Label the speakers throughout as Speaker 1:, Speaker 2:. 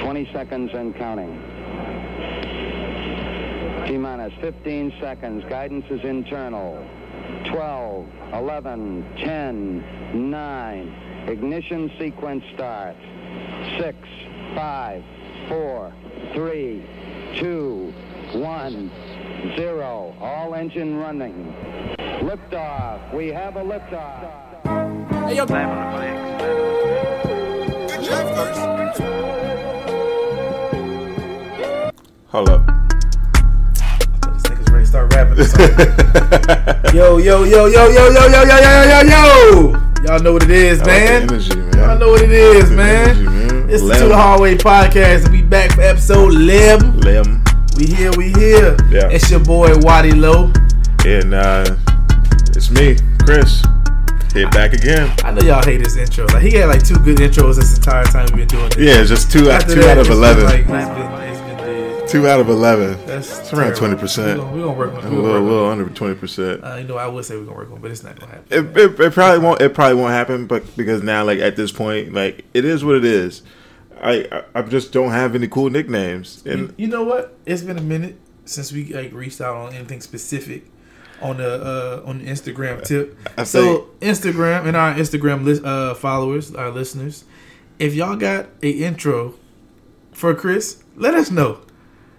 Speaker 1: 20 seconds and counting. T minus 15 seconds. Guidance is internal. 12, 11, 10, 9. Ignition sequence starts. 6, 5, 4, 3, 2, 1, 0. All engine running. Liftoff. We have a liftoff.
Speaker 2: Hey, yo,
Speaker 3: Hold up.
Speaker 4: These niggas ready to start rapping. or something.
Speaker 2: yo, yo, yo, yo, yo, yo, yo, yo, yo, yo, yo. Y'all know what it is,
Speaker 3: I like the
Speaker 2: man.
Speaker 3: energy, man.
Speaker 2: Y'all know what it is,
Speaker 3: the
Speaker 2: man.
Speaker 3: energy, man.
Speaker 2: It's the
Speaker 3: Lemon.
Speaker 2: Two the Hallway Podcast, and we back for episode 11.
Speaker 3: Lim.
Speaker 2: We here, we here.
Speaker 3: Yeah.
Speaker 2: It's your boy Waddy Low.
Speaker 3: And uh, it's me, Chris. Hit back again.
Speaker 2: I know y'all hate his intro. Like he had like two good intros this entire time we've been doing this.
Speaker 3: Yeah, it's just two out,
Speaker 2: After
Speaker 3: two
Speaker 2: that,
Speaker 3: out of
Speaker 2: it's been,
Speaker 3: eleven.
Speaker 2: Like, it's been, it's been dead.
Speaker 3: two out of eleven.
Speaker 2: That's
Speaker 3: It's around twenty
Speaker 2: terrible. We
Speaker 3: percent. A
Speaker 2: gonna, we gonna work on it. We gonna
Speaker 3: little,
Speaker 2: work on
Speaker 3: little under twenty percent.
Speaker 2: it. Uh, you know, I would say we're gonna work on, it, but it's not gonna happen.
Speaker 3: It, it, it probably won't. It probably won't happen. But because now, like at this point, like it is what it is. I I, I just don't have any cool nicknames.
Speaker 2: You,
Speaker 3: And
Speaker 2: you know what? It's been a minute since we like reached out on anything specific on the uh, on the Instagram tip.
Speaker 3: I
Speaker 2: so Instagram and our Instagram list, uh, followers, our listeners, if y'all got a intro for Chris, let us know.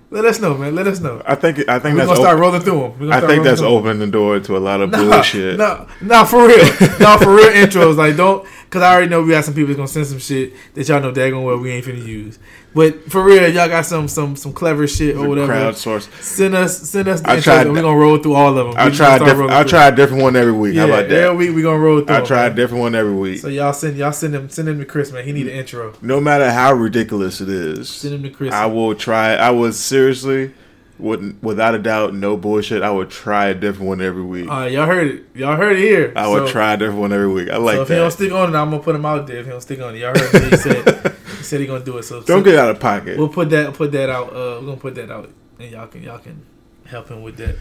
Speaker 2: Let us know, man. Let us know.
Speaker 3: I think I think
Speaker 2: We're
Speaker 3: that's
Speaker 2: gonna start
Speaker 3: op-
Speaker 2: rolling through them.
Speaker 3: I think that's opening the door to a lot of bullshit.
Speaker 2: No, no, for real. No, for real intros. Like, don't, because I already know we got some people that's gonna send some shit that y'all know daggone well we ain't finna use. But for real, y'all got some some some clever shit or whatever.
Speaker 3: Crowdsource.
Speaker 2: Send us, send us. The
Speaker 3: I
Speaker 2: intros
Speaker 3: tried-
Speaker 2: and We're gonna roll through all of them.
Speaker 3: I try. a Diff- I try a different one every week.
Speaker 2: Yeah,
Speaker 3: How about that?
Speaker 2: Every week we gonna roll through.
Speaker 3: I
Speaker 2: 'em,
Speaker 3: try a
Speaker 2: man.
Speaker 3: different one every week.
Speaker 2: So y'all send y'all send him send him to Chris, man. He need an intro.
Speaker 3: no matter how ridiculous it is,
Speaker 2: Send him to Chris.
Speaker 3: I will try. I will seriously, would, without a doubt, no bullshit. I would try a different one every week.
Speaker 2: All right, y'all heard it. Y'all heard it here.
Speaker 3: I would
Speaker 2: So-
Speaker 3: try a different one every week. I like
Speaker 2: So if he don't
Speaker 3: that.
Speaker 2: stick on it, I'm gonna put him out there. If he don't stick on it, y'all heard what he said. He said he gonna do it. So
Speaker 3: Don't
Speaker 2: so-
Speaker 3: get out of pocket.
Speaker 2: We'll put that put that out. Uh, we're gonna put that out, and y'all can y'all can help him with that.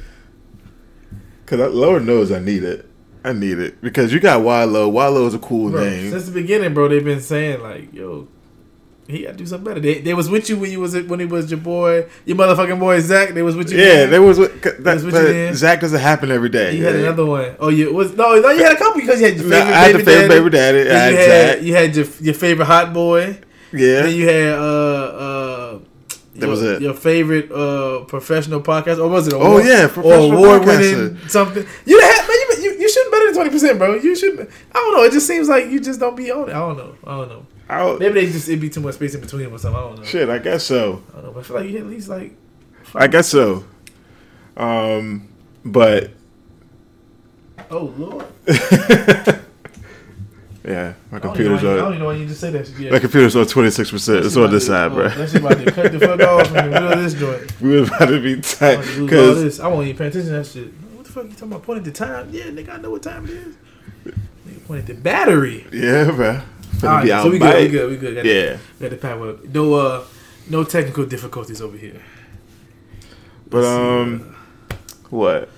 Speaker 3: Cause I- Lord knows I need it. I need it because you got Wilo. Wilo is a cool
Speaker 2: Bro,
Speaker 3: name.
Speaker 2: since the beginning, bro, they've been saying like, yo, he gotta do something better. They, they was with you when you was when he was your boy, your motherfucking boy Zach. They was with you.
Speaker 3: Yeah,
Speaker 2: then.
Speaker 3: there was what- that,
Speaker 2: That's what you
Speaker 3: but
Speaker 2: did.
Speaker 3: Zach doesn't happen every day.
Speaker 2: You had another one. Oh, you was no, no. You had a couple because you had your
Speaker 3: No, I
Speaker 2: favorite
Speaker 3: had
Speaker 2: baby
Speaker 3: the favorite
Speaker 2: daddy.
Speaker 3: baby
Speaker 2: Then you
Speaker 3: daddy. I had
Speaker 2: had
Speaker 3: Zach.
Speaker 2: you had your your favorite hot boy.
Speaker 3: Yeah,
Speaker 2: Then you had uh uh.
Speaker 3: That
Speaker 2: your,
Speaker 3: was it.
Speaker 2: Your favorite uh, professional podcast, or was it?
Speaker 3: Oh,
Speaker 2: award-
Speaker 3: yeah,
Speaker 2: or
Speaker 3: professional
Speaker 2: award winning
Speaker 3: podcaster.
Speaker 2: something. You had, man, you, you you shooting better than twenty percent, bro. You should. I don't know. It just seems like you just don't be on it. I don't know. I don't know.
Speaker 3: I'll-
Speaker 2: Maybe they just it'd be too much space in between them or something. I don't know.
Speaker 3: shit. I guess so.
Speaker 2: I don't know. But I feel like you hit at least like
Speaker 3: I guess so. Um, but
Speaker 2: oh lord.
Speaker 3: yeah, my
Speaker 2: I don't, even know
Speaker 3: computer's
Speaker 2: why Oh, you, I don't
Speaker 3: on.
Speaker 2: even know why you just say that. shit. Yeah.
Speaker 3: My computer's on twenty six percent. It's on this side,
Speaker 2: Oh,
Speaker 3: bro.
Speaker 2: That shit about to cut the fuck off and reel this joint.
Speaker 3: We was about to be tight
Speaker 2: Fuck, lose all
Speaker 3: because
Speaker 2: this. I won't even pay attention to that shit. What the fuck you talking about? Point at the time? Yeah, nigga, I know what time it is. Nigga, point at the battery.
Speaker 3: yeah, bro. Finna
Speaker 2: All right,
Speaker 3: be
Speaker 2: so
Speaker 3: out
Speaker 2: we good, we
Speaker 3: bite.
Speaker 2: good, we good. Got the-
Speaker 3: Yeah,
Speaker 2: got the power up. No, uh, no technical difficulties over here.
Speaker 3: but
Speaker 2: Let's see,
Speaker 3: um, what?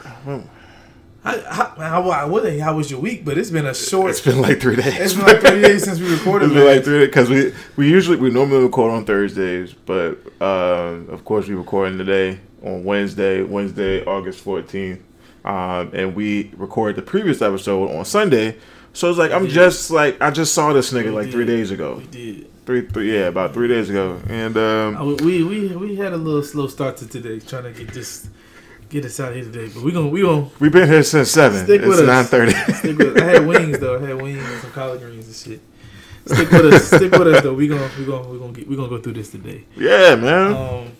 Speaker 2: How, how, how, I wouldn't- how was your week? But it's been a short.
Speaker 3: It's been like three days.
Speaker 2: it's been like three days since we recorded.
Speaker 3: It's been
Speaker 2: last.
Speaker 3: like three because we we usually we normally record on Thursdays, but um, of course we recording today on Wednesday, Wednesday August fourteenth, um, and we recorded the previous episode on Sunday. So it's like I'm just like I just saw this nigga like three days ago,
Speaker 2: We did.
Speaker 3: three three yeah about three days ago, and
Speaker 2: Uh,
Speaker 3: um,
Speaker 2: We, we we we had a little slow start to today, trying to get this get us out of here today. But we gonna we gonna
Speaker 3: we've been here since seven.
Speaker 2: Stick with
Speaker 3: It's
Speaker 2: us.
Speaker 3: nine thirty.
Speaker 2: Stick with I had wings though. I had wings and some collard greens and shit. Stick with us. Stick with us though. We gonna we gonna we gonna get we gonna go through this today.
Speaker 3: Yeah, man.
Speaker 2: Um.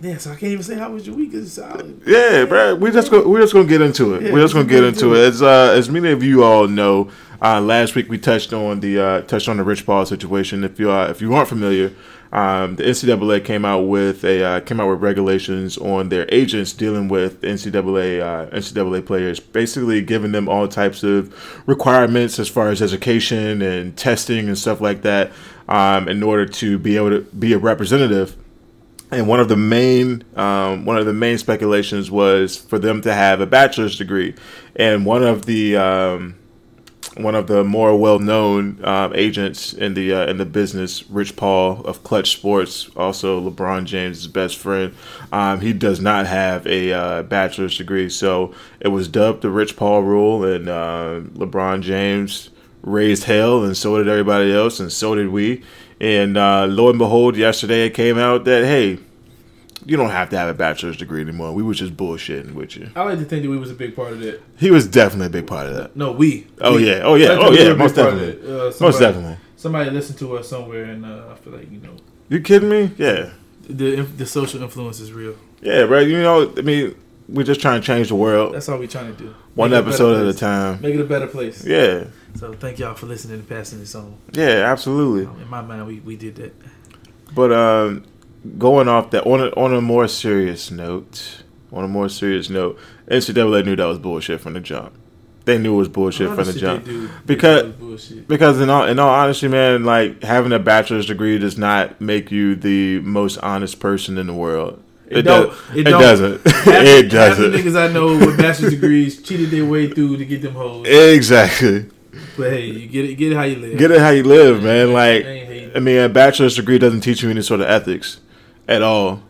Speaker 2: Yeah, so I can't even say how was your week. It's solid.
Speaker 3: Yeah, bro. We just go, we're just gonna get into it.
Speaker 2: Yeah,
Speaker 3: we're just gonna get
Speaker 2: let's do
Speaker 3: into it. As uh, as many of you all know, uh, last week we touched on the uh, touched on the Rich Paul situation. If you are if you aren't familiar, um, the NCAA came out with a uh, came out with regulations on their agents dealing with NCAA uh, NCAA players, basically giving them all types of requirements as far as education and testing and stuff like that, um, in order to be able to be a representative and one of the main um, one of the main speculations was for them to have a bachelor's degree and one of the um, one of the more well-known um, agents in the uh, in the business, Rich Paul of Clutch Sports, also LeBron James' best friend. Um, he does not have a uh, bachelor's degree, so it was dubbed the Rich Paul rule, and uh, LeBron James raised hell, and so did everybody else, and so did we. And uh, lo and behold, yesterday it came out that hey, you don't have to have a bachelor's degree anymore. We were just bullshitting with you.
Speaker 2: I like to think that we was a big part of that.
Speaker 3: He was definitely a big part of that.
Speaker 2: No, we.
Speaker 3: Oh
Speaker 2: We.
Speaker 3: yeah, oh yeah,
Speaker 2: I
Speaker 3: oh
Speaker 2: think we
Speaker 3: yeah,
Speaker 2: were a
Speaker 3: most
Speaker 2: big part of
Speaker 3: definitely,
Speaker 2: it. Uh,
Speaker 3: most
Speaker 2: somebody-
Speaker 3: definitely.
Speaker 2: Somebody listened to us somewhere, and uh, I feel like you know
Speaker 3: You kidding me? Yeah,
Speaker 2: the inf- the social influence is real.
Speaker 3: yeah, bro. You know, I mean, we're just trying to change the world
Speaker 2: That's all we're trying to do.
Speaker 3: one
Speaker 2: Make it a better
Speaker 3: episode at a
Speaker 2: place.
Speaker 3: time.
Speaker 2: Make it a better place.
Speaker 3: Yeah,
Speaker 2: So thank y'all for listening and passing this on.
Speaker 3: yeah, absolutely.
Speaker 2: Um, in my mind, we, we did that.
Speaker 3: But um, going off that on a, on a more serious note, on a more serious note, NCAA knew that was bullshit from the jump. They knew it was bullshit from the
Speaker 2: Honestly,
Speaker 3: jump.
Speaker 2: they do- they
Speaker 3: Because-
Speaker 2: do bullshit.
Speaker 3: Because in all in all honesty, man, like having a bachelor's degree does not make you the most honest person in the world. It,
Speaker 2: don't.
Speaker 3: does.
Speaker 2: It
Speaker 3: It,
Speaker 2: don't.
Speaker 3: doesn't.
Speaker 2: Half-
Speaker 3: it
Speaker 2: half the
Speaker 3: doesn't.
Speaker 2: niggas I know with bachelor's degrees cheated their way through to get them hoes.
Speaker 3: Exactly.
Speaker 2: But hey, you get it, get it how you live.
Speaker 3: Get it how you live, man.
Speaker 2: I ain't
Speaker 3: Like,
Speaker 2: hating.
Speaker 3: I mean, a bachelor's degree doesn't teach you any sort of ethics at all,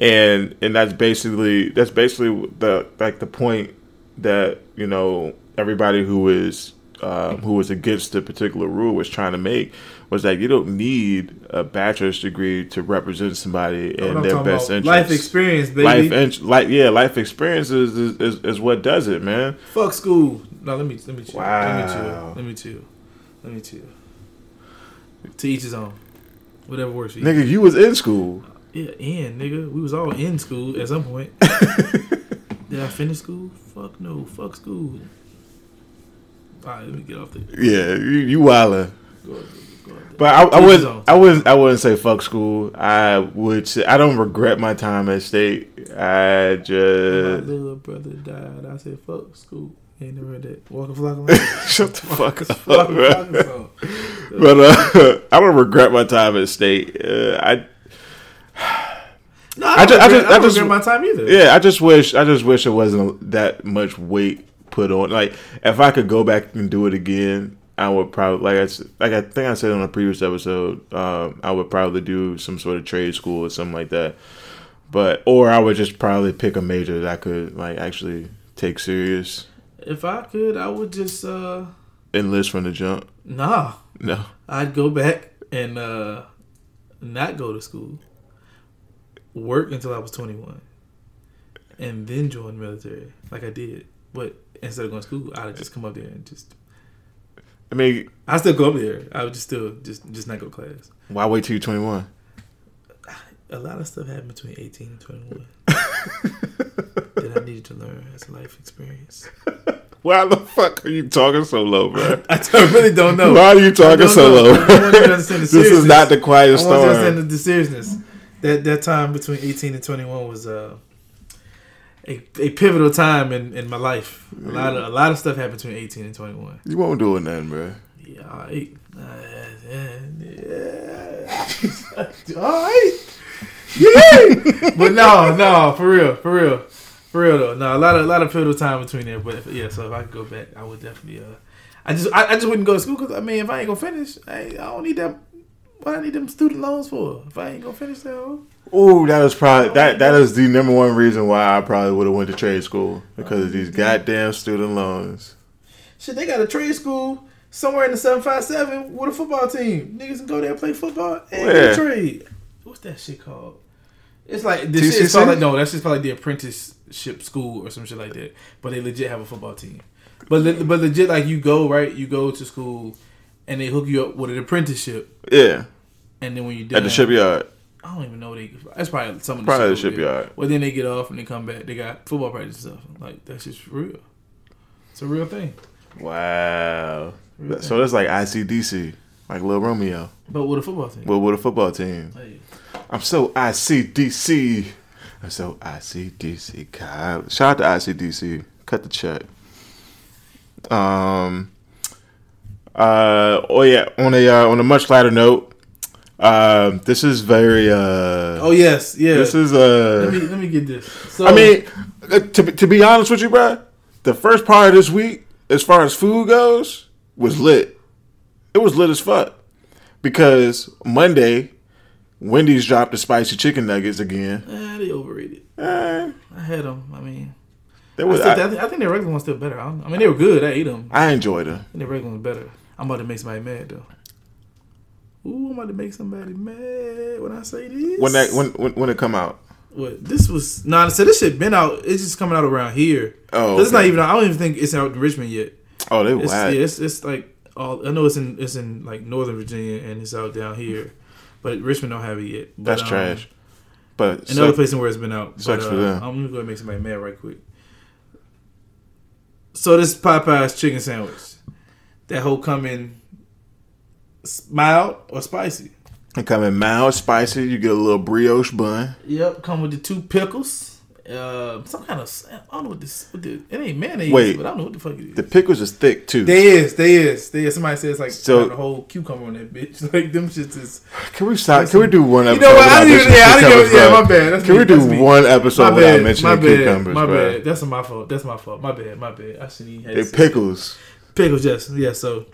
Speaker 3: and and that's basically that's basically the like the point that you know everybody who is um, who was against the particular rule was trying to make was that you don't need a bachelor's degree to represent somebody
Speaker 2: That's what
Speaker 3: in
Speaker 2: I'm
Speaker 3: their
Speaker 2: talking
Speaker 3: best
Speaker 2: about.
Speaker 3: interest.
Speaker 2: Life experience, baby.
Speaker 3: Life, int- like yeah, life experiences is, is, is what does it, man.
Speaker 2: Fuck school. No, let me let me chill.
Speaker 3: Wow.
Speaker 2: Let me chill. Let me chill. Let me chill. To each his own. Whatever works for you.
Speaker 3: Nigga, you was in school.
Speaker 2: Yeah, and nigga, we was all in school at some point. Did I finish school? Fuck no. Fuck school. All right, let me get off the.
Speaker 3: Yeah, you, you wildin'.
Speaker 2: Go off the, go off the.
Speaker 3: But I, I
Speaker 2: To
Speaker 3: would
Speaker 2: his own.
Speaker 3: I wouldn't I wouldn't say fuck school. I would say I don't regret my time at state.
Speaker 2: When my
Speaker 3: I just
Speaker 2: little brother died. I said, "Fuck school." Ain't never heard that. Walking flock along.
Speaker 3: shut the fuck up.
Speaker 2: Walking
Speaker 3: bro.
Speaker 2: flock along.
Speaker 3: But uh, I don't regret my time at state. Uh, I
Speaker 2: No, I,
Speaker 3: I ju-
Speaker 2: don't
Speaker 3: I
Speaker 2: regret-
Speaker 3: ju-
Speaker 2: I
Speaker 3: I
Speaker 2: don't
Speaker 3: just-
Speaker 2: regret my time either.
Speaker 3: yeah, I just wish I just wish it wasn't that much weight put on. Like if I could go back and do it again, I would probably like I s- like I think I said on a previous episode, um, I would probably do some sort of trade school or something like that. But or I would just probably pick a major that I could like actually take serious,
Speaker 2: If I could, I would just uh
Speaker 3: enlist from the jump.
Speaker 2: nah.
Speaker 3: No,
Speaker 2: I'd go back and uh not go to school, work until I was twenty one, and then join the military like I did. But instead of going to school, I'd just come up there and just
Speaker 3: I mean,
Speaker 2: I still go up there. I would just still just just not go to class.
Speaker 3: why wait till you're 21?
Speaker 2: A lot of stuff happened between eighteen and twenty one that I needed to learn as a life experience.
Speaker 3: Why the fuck are you talking so low, bro?
Speaker 2: I really don't know.
Speaker 3: Why are you
Speaker 2: I
Speaker 3: talking
Speaker 2: don't
Speaker 3: so
Speaker 2: know. I
Speaker 3: low?
Speaker 2: want you to understand the
Speaker 3: this is
Speaker 2: seriousness.
Speaker 3: not the
Speaker 2: I
Speaker 3: quiet
Speaker 2: want you to understand the,
Speaker 3: storm.
Speaker 2: the seriousness. That that time between eighteen and twenty one was uh, a a pivotal time in, in my life. A lot of a lot of stuff happened between eighteen and twenty one.
Speaker 3: You won't do it then, bro.
Speaker 2: Yeah, all right. Uh, yeah, yeah. all right. Yeah. but no, no, for real, for real, for real though. No, a lot of a lot of pivotal time between there. But if, yeah, so if I could go back, I would definitely. Uh, I just I, I just wouldn't go to school because I mean if I ain't gonna finish, I, ain't- I don't need that. What I need them student loans for? If I ain't gonna finish that, whole-
Speaker 3: Ooh, that was probably that that is the number one reason why I probably would have went to trade school because of these goddamn student loans.
Speaker 2: shit, they got a trade school somewhere in the seven five seven with a football team. Niggas can go there and play football and get
Speaker 3: Where?
Speaker 2: a trade. What's that shit called? It's like this shit is
Speaker 3: TCC?
Speaker 2: called like no, that's just like the apprenticeship school or some shit like that. But they legit have a football team. But le- but legit like you go right, you go to school, and they hook you up with an apprenticeship,
Speaker 3: Yeah,
Speaker 2: and then when you
Speaker 3: at the shipyard.
Speaker 2: I don't even know they. That's probably some of the
Speaker 3: Probably
Speaker 2: shit over
Speaker 3: the
Speaker 2: there.
Speaker 3: shipyard.
Speaker 2: Well, then they get off and they come back. They got football practice and stuff. Like that's just real. It's a real thing.
Speaker 3: Wow. That- So that's like ICDC, like Lil Romeo,
Speaker 2: But with a football team.
Speaker 3: but with a football team.
Speaker 2: Like,
Speaker 3: I'm so ICDC. I'm so ICDC. God. Shout out to ICDC. Cut the check. Um. Uh. Oh yeah. On a uh, on a much lighter note, um. This is very uh.
Speaker 2: oh yes, yeah.
Speaker 3: This is
Speaker 2: let me
Speaker 3: uh.
Speaker 2: let me get this. So
Speaker 3: I mean, uh, to be- to be honest with you, bruh, the first part of this week, as far as food goes, was lit. It was lit as fuck because Monday, Wendy's dropped the spicy chicken nuggets again.
Speaker 2: Eh, they overrated.
Speaker 3: Eh,
Speaker 2: I had them. I mean,
Speaker 3: they
Speaker 2: I,
Speaker 3: was,
Speaker 2: still, I,
Speaker 3: I,
Speaker 2: think, I think their regular one's still better. I, don't- I mean, they were good. I ate them. I
Speaker 3: I enjoyed them.
Speaker 2: think their regular one's better. I'm about to make somebody mad though. Ooh, I'm about to make somebody mad when I say this.
Speaker 3: When that when when, when it come out,
Speaker 2: what this was? Nah, so this shit been out. It's just coming out around here.
Speaker 3: Oh,
Speaker 2: it's not
Speaker 3: okay.
Speaker 2: even. I don't even think it's out in Richmond yet.
Speaker 3: oh they
Speaker 2: It's, yeah,
Speaker 3: wild.
Speaker 2: it's it's like all. I know it's in it's in like Northern Virginia and it's out down here, but Richmond don't have it yet. But,
Speaker 3: That's
Speaker 2: um,
Speaker 3: trash. But
Speaker 2: Another
Speaker 3: so-
Speaker 2: place in where it's been out.
Speaker 3: sucks
Speaker 2: but,
Speaker 3: for
Speaker 2: uh,
Speaker 3: them.
Speaker 2: I'm gonna go ahead and make somebody mad right quick. So this Popeyes chicken sandwich, that whole coming s- mild or spicy.
Speaker 3: it come in mild, spicy. You get a little brioche bun.
Speaker 2: Yep, come with the two pickles. Uh, some kind of s- I don't know what this. What the, it ain't mayonnaise,
Speaker 3: Wait.
Speaker 2: but I don't know what the fuck it is.
Speaker 3: The pickles is thick too.
Speaker 2: they is, they is, they is. Somebody says like
Speaker 3: So-
Speaker 2: the whole cucumber on that bitch. Like them shits is.
Speaker 3: Can we stop? Can we do one
Speaker 2: You
Speaker 3: episode?
Speaker 2: know what? I
Speaker 3: without
Speaker 2: didn't even.
Speaker 3: mentioning
Speaker 2: Yeah, I didn't even.
Speaker 3: cucumbers,
Speaker 2: Yeah,
Speaker 3: bro?
Speaker 2: my bad. That's
Speaker 3: Can
Speaker 2: me,
Speaker 3: we do
Speaker 2: that's me.
Speaker 3: one episode
Speaker 2: my
Speaker 3: without
Speaker 2: bad,
Speaker 3: mentioning
Speaker 2: my bad,
Speaker 3: cucumbers,
Speaker 2: My
Speaker 3: bro?
Speaker 2: bad. That's my fault. That's my fault. My bad. My bad. I shouldn't even
Speaker 3: They
Speaker 2: have
Speaker 3: pickles.
Speaker 2: pickles. Yes, yeah. So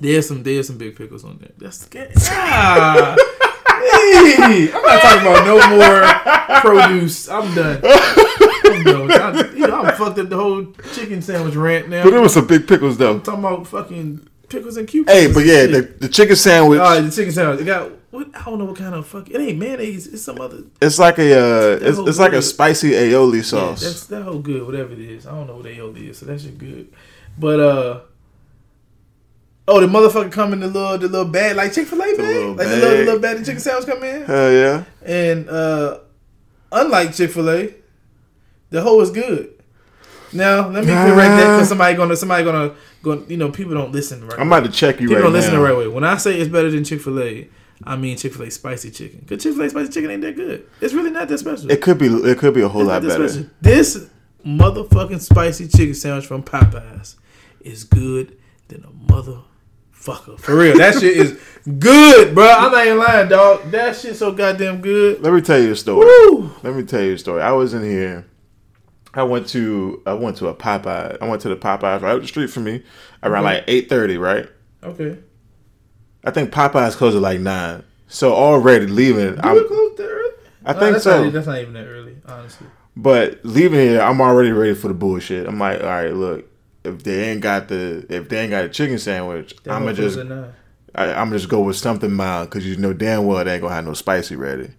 Speaker 2: there's some there's some big pickles on there. That's ah. Hey, I'm not talking about no more produce. I'm done. I'm done. I, you know, I'm fucked up the whole chicken sandwich rant now.
Speaker 3: But it was some big pickles though.
Speaker 2: talking about fucking pickles and cucumbers.
Speaker 3: Hey, but yeah, the, the chicken sandwich.
Speaker 2: all right, the chicken sandwich. It got what? I don't know what kind of fuck. It ain't mayonnaise. It's some other.
Speaker 3: It's like a uh, it's,
Speaker 2: whole
Speaker 3: it's like a
Speaker 2: weird-
Speaker 3: spicy aioli
Speaker 2: Yeah,
Speaker 3: sauce.
Speaker 2: that's that whole good, whatever it is. I don't know what AOD is, so that shit good. But uh Oh, the motherfucker come in the little the little bag, like Chick fil A bag.
Speaker 3: little
Speaker 2: Like the little, the
Speaker 3: bag.
Speaker 2: little bag of chicken sandwich come in.
Speaker 3: Hell yeah!
Speaker 2: And uh unlike Chick fil A, the hoe is good. Now let me correct that because somebody gonna somebody gonna go you know, people don't listen right
Speaker 3: I'm about to check you
Speaker 2: People
Speaker 3: right
Speaker 2: don't
Speaker 3: now.
Speaker 2: listen the right way. When I say it's better than Chick fil A, I mean Chick fil A spicy chicken. Because Chick fil A spicy chicken ain't that good. It's really not that special.
Speaker 3: It could be it could be a whole lot
Speaker 2: This
Speaker 3: better.
Speaker 2: special- This motherfucking spicy chicken sandwich from Popeyes is good than a motherfucker. For real, that shit is good, bro. I'm not even lying, dog. That shit so goddamn good.
Speaker 3: Let me tell you a story.
Speaker 2: Woo!
Speaker 3: Let me tell you a story. I was in here. I went to I went to a Popeye. I went to the Popeyes right up the street from me around like eight thirty. Right.
Speaker 2: Okay,
Speaker 3: I think Popeyes closed at like nine. So already leaving.
Speaker 2: we
Speaker 3: I'm,
Speaker 2: close to early.
Speaker 3: I
Speaker 2: No,
Speaker 3: think
Speaker 2: that's
Speaker 3: so.
Speaker 2: Not, e, that's not even that early, honestly.
Speaker 3: But leaving here, I'm already ready for the bullshit. I'm like, all right, look, if they ain't got the if they ain't got a chicken sandwich,
Speaker 2: That
Speaker 3: I'm
Speaker 2: whole
Speaker 3: gonna
Speaker 2: close
Speaker 3: just
Speaker 2: at nine.
Speaker 3: I, I'm just go with something mild because you know damn well they ain't gonna have no spicy ready,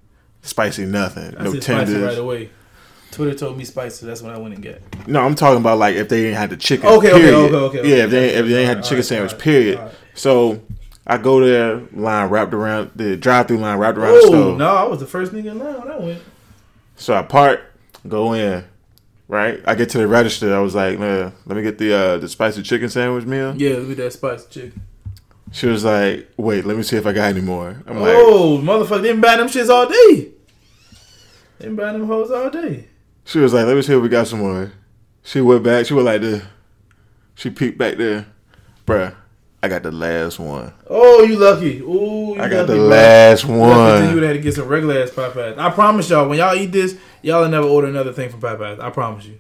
Speaker 3: spicy nothing,
Speaker 2: I
Speaker 3: no
Speaker 2: said spicy
Speaker 3: tenders.
Speaker 2: right away. Twitter told me spicy. That's when I went and got.
Speaker 3: No, I'm talking about like if they ain't had the chicken.
Speaker 2: Okay, okay,
Speaker 3: period.
Speaker 2: okay, okay, okay.
Speaker 3: Yeah, if they if they ain't had the
Speaker 2: Alright,
Speaker 3: chicken sandwich.
Speaker 2: alright,
Speaker 3: period.
Speaker 2: alright.
Speaker 3: So I go there, line wrapped around the drive through line wrapped around the
Speaker 2: Oh
Speaker 3: store.
Speaker 2: no, I was the first nigga in line when I went.
Speaker 3: So I park, go in, right? I get to the register. I was like, man, let me get the uh, the spicy chicken sandwich meal.
Speaker 2: Yeah, look at that spicy chicken.
Speaker 3: She was like, wait, let me see if I got any more. I'm like,
Speaker 2: oh, motherfucker, they been buying them shits all day. They been buying them hoes all day.
Speaker 3: she was like, let me see if we got some more. She went back. She went like this. She peeked back there, bruh. I got the last one.
Speaker 2: Oh, you lucky. Ooh, you
Speaker 3: I got
Speaker 2: lucky,
Speaker 3: the
Speaker 2: bro.
Speaker 3: last
Speaker 2: You lucky, then You would
Speaker 3: one.
Speaker 2: have to get some regular ass Popeyes. I promise y'all, when y'all eat this, y'all will never order another thing from Popeyes. I promise you.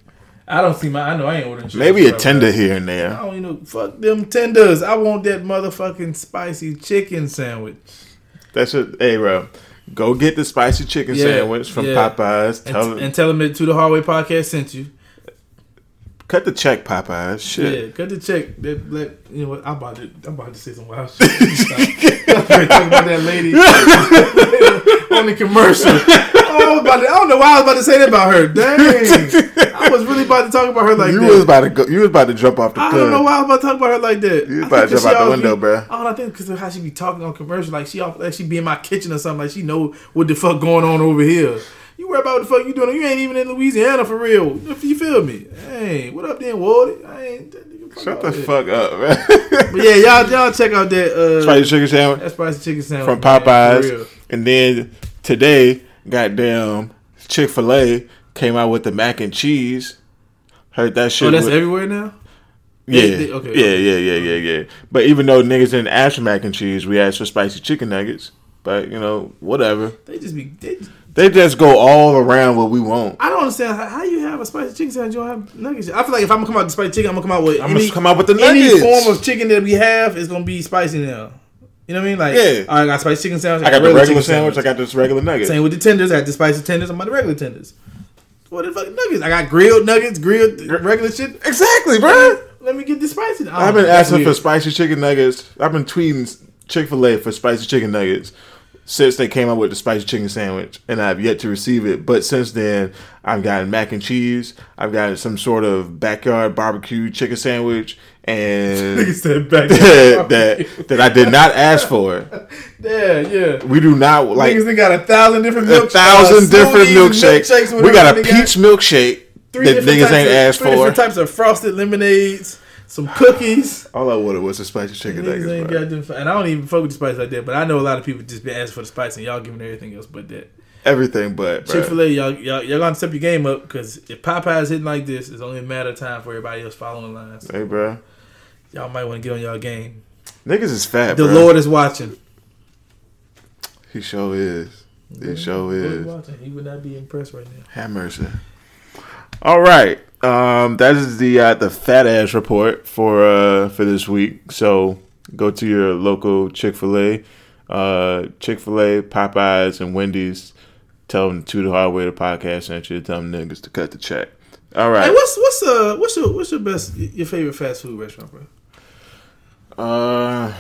Speaker 2: I don't see my. I know I ain't ordering. shit
Speaker 3: Maybe
Speaker 2: from
Speaker 3: a
Speaker 2: Popeyes.
Speaker 3: tender here and
Speaker 2: I
Speaker 3: there.
Speaker 2: don't even know. Fuck them tenders. I want that motherfucking spicy chicken sandwich.
Speaker 3: That's it. Hey, bro, go get the spicy chicken
Speaker 2: Yeah,
Speaker 3: sandwich from
Speaker 2: yeah.
Speaker 3: Popeyes.
Speaker 2: And,
Speaker 3: Tell them,
Speaker 2: and tell them it to the Hardway podcast sent you.
Speaker 3: cut the check, Popeyes.
Speaker 2: Yeah,
Speaker 3: Shit.
Speaker 2: cut the check. That black, you know what? I'm about to, I'm about to say some wild shit. Stop. Talking about that lady on the commercial. Oh, I, was about to, I don't know why I was about to say that about her. Dang, I was really about to talk about her like
Speaker 3: you
Speaker 2: that.
Speaker 3: was about to go. You was about to jump off the
Speaker 2: I
Speaker 3: cliff.
Speaker 2: don't know why I was about to talk about her like that.
Speaker 3: You
Speaker 2: I
Speaker 3: about to
Speaker 2: think that
Speaker 3: jump
Speaker 2: she
Speaker 3: out the
Speaker 2: always
Speaker 3: window,
Speaker 2: be,
Speaker 3: bruh.
Speaker 2: I don't know, I think because of how she be talking on commercial, like she off, like she be in my kitchen or something, like she know what the fuck going on over here. You worry about what the fuck you doing? You ain't even in Louisiana for real. If you feel me? Hey, what up then, Wardy? I ain't. that nigga
Speaker 3: Shut
Speaker 2: all
Speaker 3: the
Speaker 2: that.
Speaker 3: fuck up, man.
Speaker 2: But yeah, y'all y'all check out that uh,
Speaker 3: Spicy chicken sandwich
Speaker 2: that spicy chicken sandwich
Speaker 3: from
Speaker 2: man, for
Speaker 3: Popeyes,
Speaker 2: real.
Speaker 3: and then today, goddamn Chick Fil A came out with the mac and cheese. Heard that shit?
Speaker 2: Oh, that's
Speaker 3: was-
Speaker 2: everywhere now.
Speaker 3: yeah,
Speaker 2: they- okay,
Speaker 3: yeah,
Speaker 2: okay.
Speaker 3: yeah, yeah, yeah, yeah. But even though niggas didn't ask for mac and cheese, we asked for spicy chicken nuggets. But you know, whatever.
Speaker 2: They just be. They,
Speaker 3: They just go all around what we want.
Speaker 2: I don't understand how, how you have have a spicy chicken sandwich, you don't have nuggets. I feel like if I'm gonna come out with spicy chicken, I'm gonna come out with
Speaker 3: I'm gonna come out with the
Speaker 2: any
Speaker 3: nuggets.
Speaker 2: form of chicken that we have is gonna be spicy now. You know what I mean? Like,
Speaker 3: Yeah.
Speaker 2: all right, I got spicy chicken sandwich.
Speaker 3: I got the regular
Speaker 2: chicken
Speaker 3: sandwich. I got this regular nugget.
Speaker 2: Same with the tenders. I got the spicy tenders. I'm on the regular tenders. What the fuck nuggets? I got grilled nuggets, grilled regular shit.
Speaker 3: Exactly, bro.
Speaker 2: Let me get the spicy. Oh,
Speaker 3: I've been
Speaker 2: that's
Speaker 3: asking for
Speaker 2: weird.
Speaker 3: spicy chicken nuggets. I've been tweeting Chick Fil A for spicy chicken nuggets since they came out with the spicy chicken sandwich, and I've yet to receive it. But since then, I've gotten mac and cheese. I've gotten some sort of backyard barbecue chicken sandwich,
Speaker 2: Nigga
Speaker 3: and
Speaker 2: said back.
Speaker 3: that that I did not ask for.
Speaker 2: yeah, yeah.
Speaker 3: We do not like
Speaker 2: Niggas they got a thousand different
Speaker 3: a
Speaker 2: milkshakes.
Speaker 3: thousand different milkshakes. we got a
Speaker 2: peach.
Speaker 3: peach milkshake that niggas ain't asked
Speaker 2: three different
Speaker 3: for.
Speaker 2: types of frosted lemonades, some cookies.
Speaker 3: All I wanted was the spicy chicken
Speaker 2: niggas ain't
Speaker 3: nuggets. bro.
Speaker 2: got them, and I don't even fuck with the spice like that. But I know a lot of people just been asking for the spice, and y'all giving everything else but that.
Speaker 3: Everything but bro.
Speaker 2: Chick Fil A, y'all, y'all y'all gonna step your game up because if Popeye's hitting like this, it's only a matter of time for everybody else following lines.
Speaker 3: Hey, bro.
Speaker 2: Y'all might want to get on y'all game.
Speaker 3: Niggas is fat,
Speaker 2: The
Speaker 3: bro.
Speaker 2: Lord is watching.
Speaker 3: He sure is. He sure
Speaker 2: Lord is
Speaker 3: is.
Speaker 2: watching. He would not be impressed right now.
Speaker 3: Have mercy. All right. Um, that is the uh, the fat ass report for uh, for this week. So go to your local Chick fil A, uh, Chick fil A, Popeyes, and Wendy's. Tell them to the hard way the podcast sent you. Tell them niggas to cut the check. All right.
Speaker 2: Hey, what's what's uh what's your what's your best your favorite fast food restaurant, bro?
Speaker 3: Uh,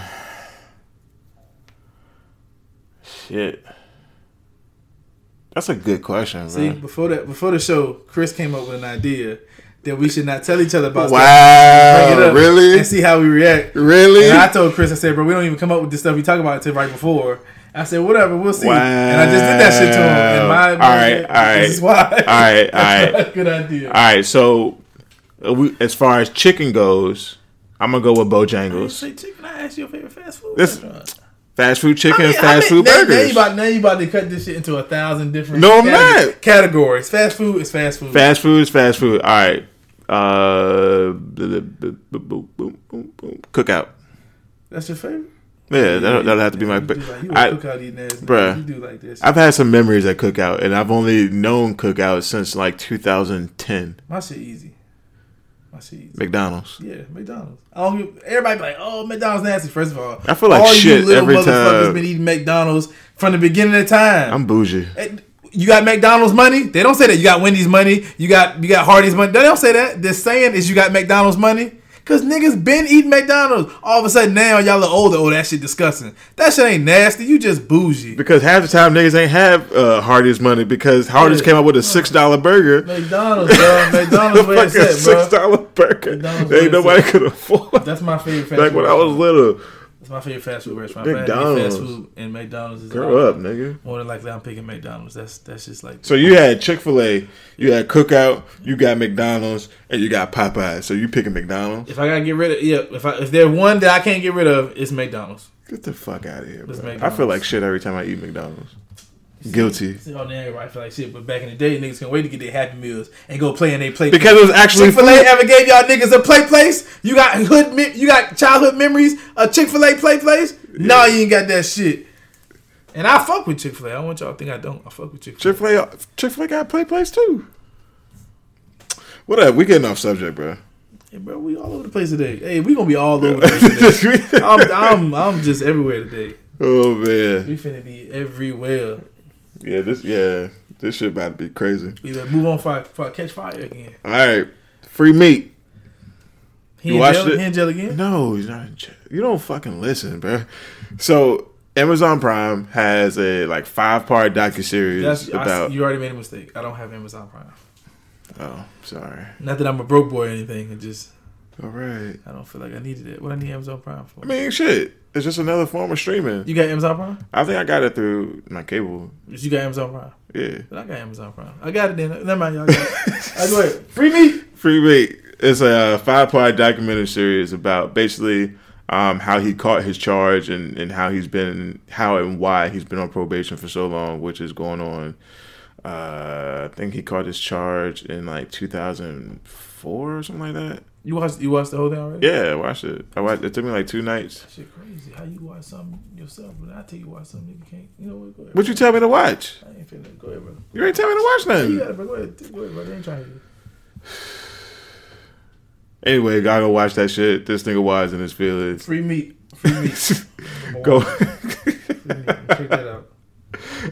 Speaker 3: shit. That's a good question,
Speaker 2: See,
Speaker 3: man.
Speaker 2: before that, before the show, Chris came up with an idea that we should not tell each other about. stuff. Bring it
Speaker 3: Wow,
Speaker 2: up
Speaker 3: really?
Speaker 2: And see how we react.
Speaker 3: Really?
Speaker 2: And I told Chris, I said, bro, we don't even come up with this stuff we talk about until right before. I said, whatever, we'll see.
Speaker 3: Wow.
Speaker 2: And I just did that shit to him. And my, my
Speaker 3: All right, all right.
Speaker 2: This is why.
Speaker 3: All right, all right.
Speaker 2: Good idea.
Speaker 3: All right, so uh, we, as far as chicken goes, I'm gonna go with
Speaker 2: You
Speaker 3: Bojangles.
Speaker 2: say chicken, I asked you your favorite fast food
Speaker 3: This-
Speaker 2: restaurant.
Speaker 3: Fast food chicken,
Speaker 2: I mean,
Speaker 3: and
Speaker 2: I
Speaker 3: fast
Speaker 2: mean,
Speaker 3: food
Speaker 2: now, Now you,
Speaker 3: burgers.
Speaker 2: about, now you about to cut this shit into a thousand different
Speaker 3: No, I'm
Speaker 2: categ-
Speaker 3: not.
Speaker 2: categories. Fast food is fast food.
Speaker 3: Fast food is fast food. All right, uh, b- b- b- boom, boom, boom, boom. cookout.
Speaker 2: That's your favorite?
Speaker 3: Yeah, that'll, that'll have to be my.
Speaker 2: You do like- you a
Speaker 3: I,
Speaker 2: cookout eating ass. nigga.
Speaker 3: Bruh.
Speaker 2: You do like this.
Speaker 3: I've had some memories at Cookout, and I've only known Cookout since like 2010.
Speaker 2: My shit easy. My shit easy.
Speaker 3: McDonald's.
Speaker 2: Yeah, McDonald's. I don't give, everybody be like, oh, McDonald's nasty. First of all,
Speaker 3: I feel like shit every time.
Speaker 2: been eating McDonald's from the beginning of time.
Speaker 3: I'm bougie.
Speaker 2: And you got McDonald's money? They don't say that. You got Wendy's money. You got you got Hardee's money. They don't say that. They're saying is you got McDonald's money. Cause niggas been eating McDonald's. All of a sudden now y'all are older. Oh, that shit disgusting. That shit ain't nasty. You just bougie.
Speaker 3: Because half the time niggas ain't have uh, Hardy's money because Hardy's
Speaker 2: Yeah.
Speaker 3: came out with a six dollar burger.
Speaker 2: McDonald's, bro.
Speaker 3: the
Speaker 2: McDonald's where
Speaker 3: fucking
Speaker 2: it's at,
Speaker 3: six
Speaker 2: bro.
Speaker 3: dollar burger.
Speaker 2: McDonald's
Speaker 3: That ain't
Speaker 2: where it's
Speaker 3: nobody could afford.
Speaker 2: That's my favorite fast
Speaker 3: Back
Speaker 2: food.
Speaker 3: when I was little,
Speaker 2: That's my favorite fast food restaurant.
Speaker 3: McDonald's.
Speaker 2: McDonald's. Fast food and McDonald's is
Speaker 3: grow up, nigga.
Speaker 2: More than likely, I'm picking McDonald's. That's that's just like
Speaker 3: So you had Chick Fil A, you had Cookout, you got McDonald's, and you got Popeyes. So you picking McDonald's?
Speaker 2: if I gotta get rid of yeah, if I, if there's one that I can't get rid of, it's McDonald's.
Speaker 3: Get the fuck out of here,
Speaker 2: It's
Speaker 3: bro. I
Speaker 2: McDonald's.
Speaker 3: feel like shit every time I eat McDonald's. Guilty.
Speaker 2: See, oh, now everybody feel like shit. But back in the day, niggas can wait to get their happy meals and go play in their play.
Speaker 3: Because it was actually
Speaker 2: Chick Fil A
Speaker 3: food.
Speaker 2: ever gave y'all niggas a play place? You got hood, me- you got childhood memories of Chick Fil A play place? No, you ain't got that shit. And I fuck with Chick Fil A. I want y'all to think I don't. I fuck with Chick Fil A.
Speaker 3: Chick Fil A, Chick Fil A got play place too. Whatever, we getting off subject, bro.
Speaker 2: Hey, bro, we all over the place today. Hey, we gonna be all over the place today. I'm, I'm, I'm just everywhere today.
Speaker 3: oh man,
Speaker 2: We finna be everywhere.
Speaker 3: yeah, this yeah, this shit about to be crazy.
Speaker 2: Either move on fire, fire catch fire again.
Speaker 3: All right, free meat.
Speaker 2: He
Speaker 3: You
Speaker 2: and
Speaker 3: watched
Speaker 2: Jell-
Speaker 3: it?
Speaker 2: he and Jell again.
Speaker 3: No, he's not. in jail. You don't fucking listen, bro. So Amazon Prime has a like five part docu
Speaker 2: That's
Speaker 3: series
Speaker 2: I-
Speaker 3: about.
Speaker 2: you already made a mistake. I don't have Amazon Prime.
Speaker 3: oh, sorry.
Speaker 2: Not that I'm a broke boy or anything. I just
Speaker 3: All right.
Speaker 2: I don't feel like I needed it. What I need Amazon Prime for?
Speaker 3: I mean, shit. It's just another form of streaming.
Speaker 2: you got Amazon Prime?
Speaker 3: I think I got it through my cable.
Speaker 2: You got Amazon Prime?
Speaker 3: Yeah.
Speaker 2: Then I got Amazon Prime. I got it then. Never mind, y'all. Got it. I go ahead. Free me.
Speaker 3: Free Bait is a five part documentary series about basically um, how he caught his charge and, and how he's been, how and why he's been on probation for so long, which is going on. Uh, I think he caught his charge in like 2004 or something like that.
Speaker 2: You watched you watched the whole thing already?
Speaker 3: Yeah, I watched it. I watched it. Took me like two nights.
Speaker 2: Shit, crazy. How you watch something yourself, but I tell you watch something you can't. You know what? Go ahead.
Speaker 3: What you tell me to watch?
Speaker 2: I ain't feeling it. Go ahead, bro.
Speaker 3: You ain't tell me to watch
Speaker 2: You
Speaker 3: nothing.
Speaker 2: got it, bro. Go ahead. Go ahead, bro. They ain't trying to.
Speaker 3: Anyway, I gotta watch that shit. This nigga wise in his feelings.
Speaker 2: Free meat. Free meat.
Speaker 3: Go.
Speaker 2: Check that out.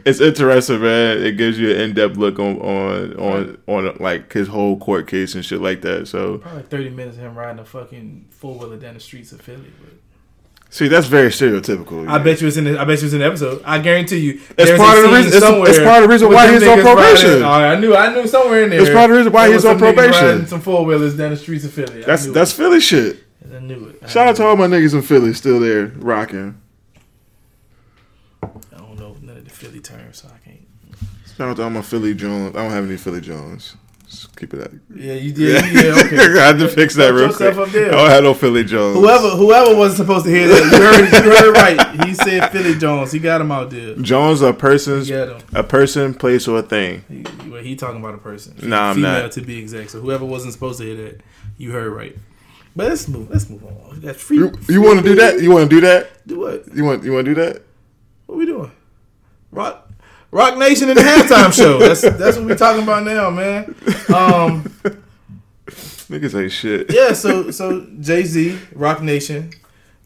Speaker 3: it's interesting, man. It gives you an in depth look on on on on like his whole court case and shit like that. So
Speaker 2: Probably 30 minutes of him riding a fucking four wheeler down the streets of Philly. But
Speaker 3: see, that's very stereotypical.
Speaker 2: I bet you it's in. The, I bet you it's in the episode. I guarantee you.
Speaker 3: It's part of the reason- it's- it's part of the reason why he's on probation.
Speaker 2: Oh, I knew. I knew somewhere in there.
Speaker 3: It's part of the reason why
Speaker 2: there
Speaker 3: he's
Speaker 2: was
Speaker 3: on
Speaker 2: some nigga
Speaker 3: probation.
Speaker 2: riding Some four wheelers down the streets of Philly. I
Speaker 3: That's
Speaker 2: knew
Speaker 3: that's Philly shit.
Speaker 2: It. I knew it. I
Speaker 3: Shout out to
Speaker 2: knew
Speaker 3: all my niggas in Philly still there
Speaker 2: it.
Speaker 3: rocking.
Speaker 2: I don't know none of the Philly terms, so I can't.
Speaker 3: Shout out to all my Philly Jones. I don't have any Philly Jones. Just keep it at.
Speaker 2: Yeah, you did. Yeah, okay.
Speaker 3: I had to fix that
Speaker 2: Put
Speaker 3: real
Speaker 2: yourself
Speaker 3: quick. Oh.
Speaker 2: up there.
Speaker 3: I don't have no Philly Jones.
Speaker 2: Whoever whoever wasn't supposed to hear that, you heard, you heard right. He said Philly Jones. He got him out there.
Speaker 3: Jones are persons,
Speaker 2: He got him.
Speaker 3: a person, place, or a thing.
Speaker 2: He, well, he talking about a person.
Speaker 3: Nah, I'm
Speaker 2: female
Speaker 3: not.
Speaker 2: to be exact. So whoever wasn't supposed to hear that, you heard right. But let's move. Let's move on. We got free.
Speaker 3: You, you want to do that? You want to do that?
Speaker 2: Do what?
Speaker 3: You want you want to do that?
Speaker 2: What we doing? Rock, Rock Nation in the halftime show. That's that's what we talking about now, man. Um,
Speaker 3: Niggas ain't shit.
Speaker 2: yeah. So so Jay Z, Rock Nation,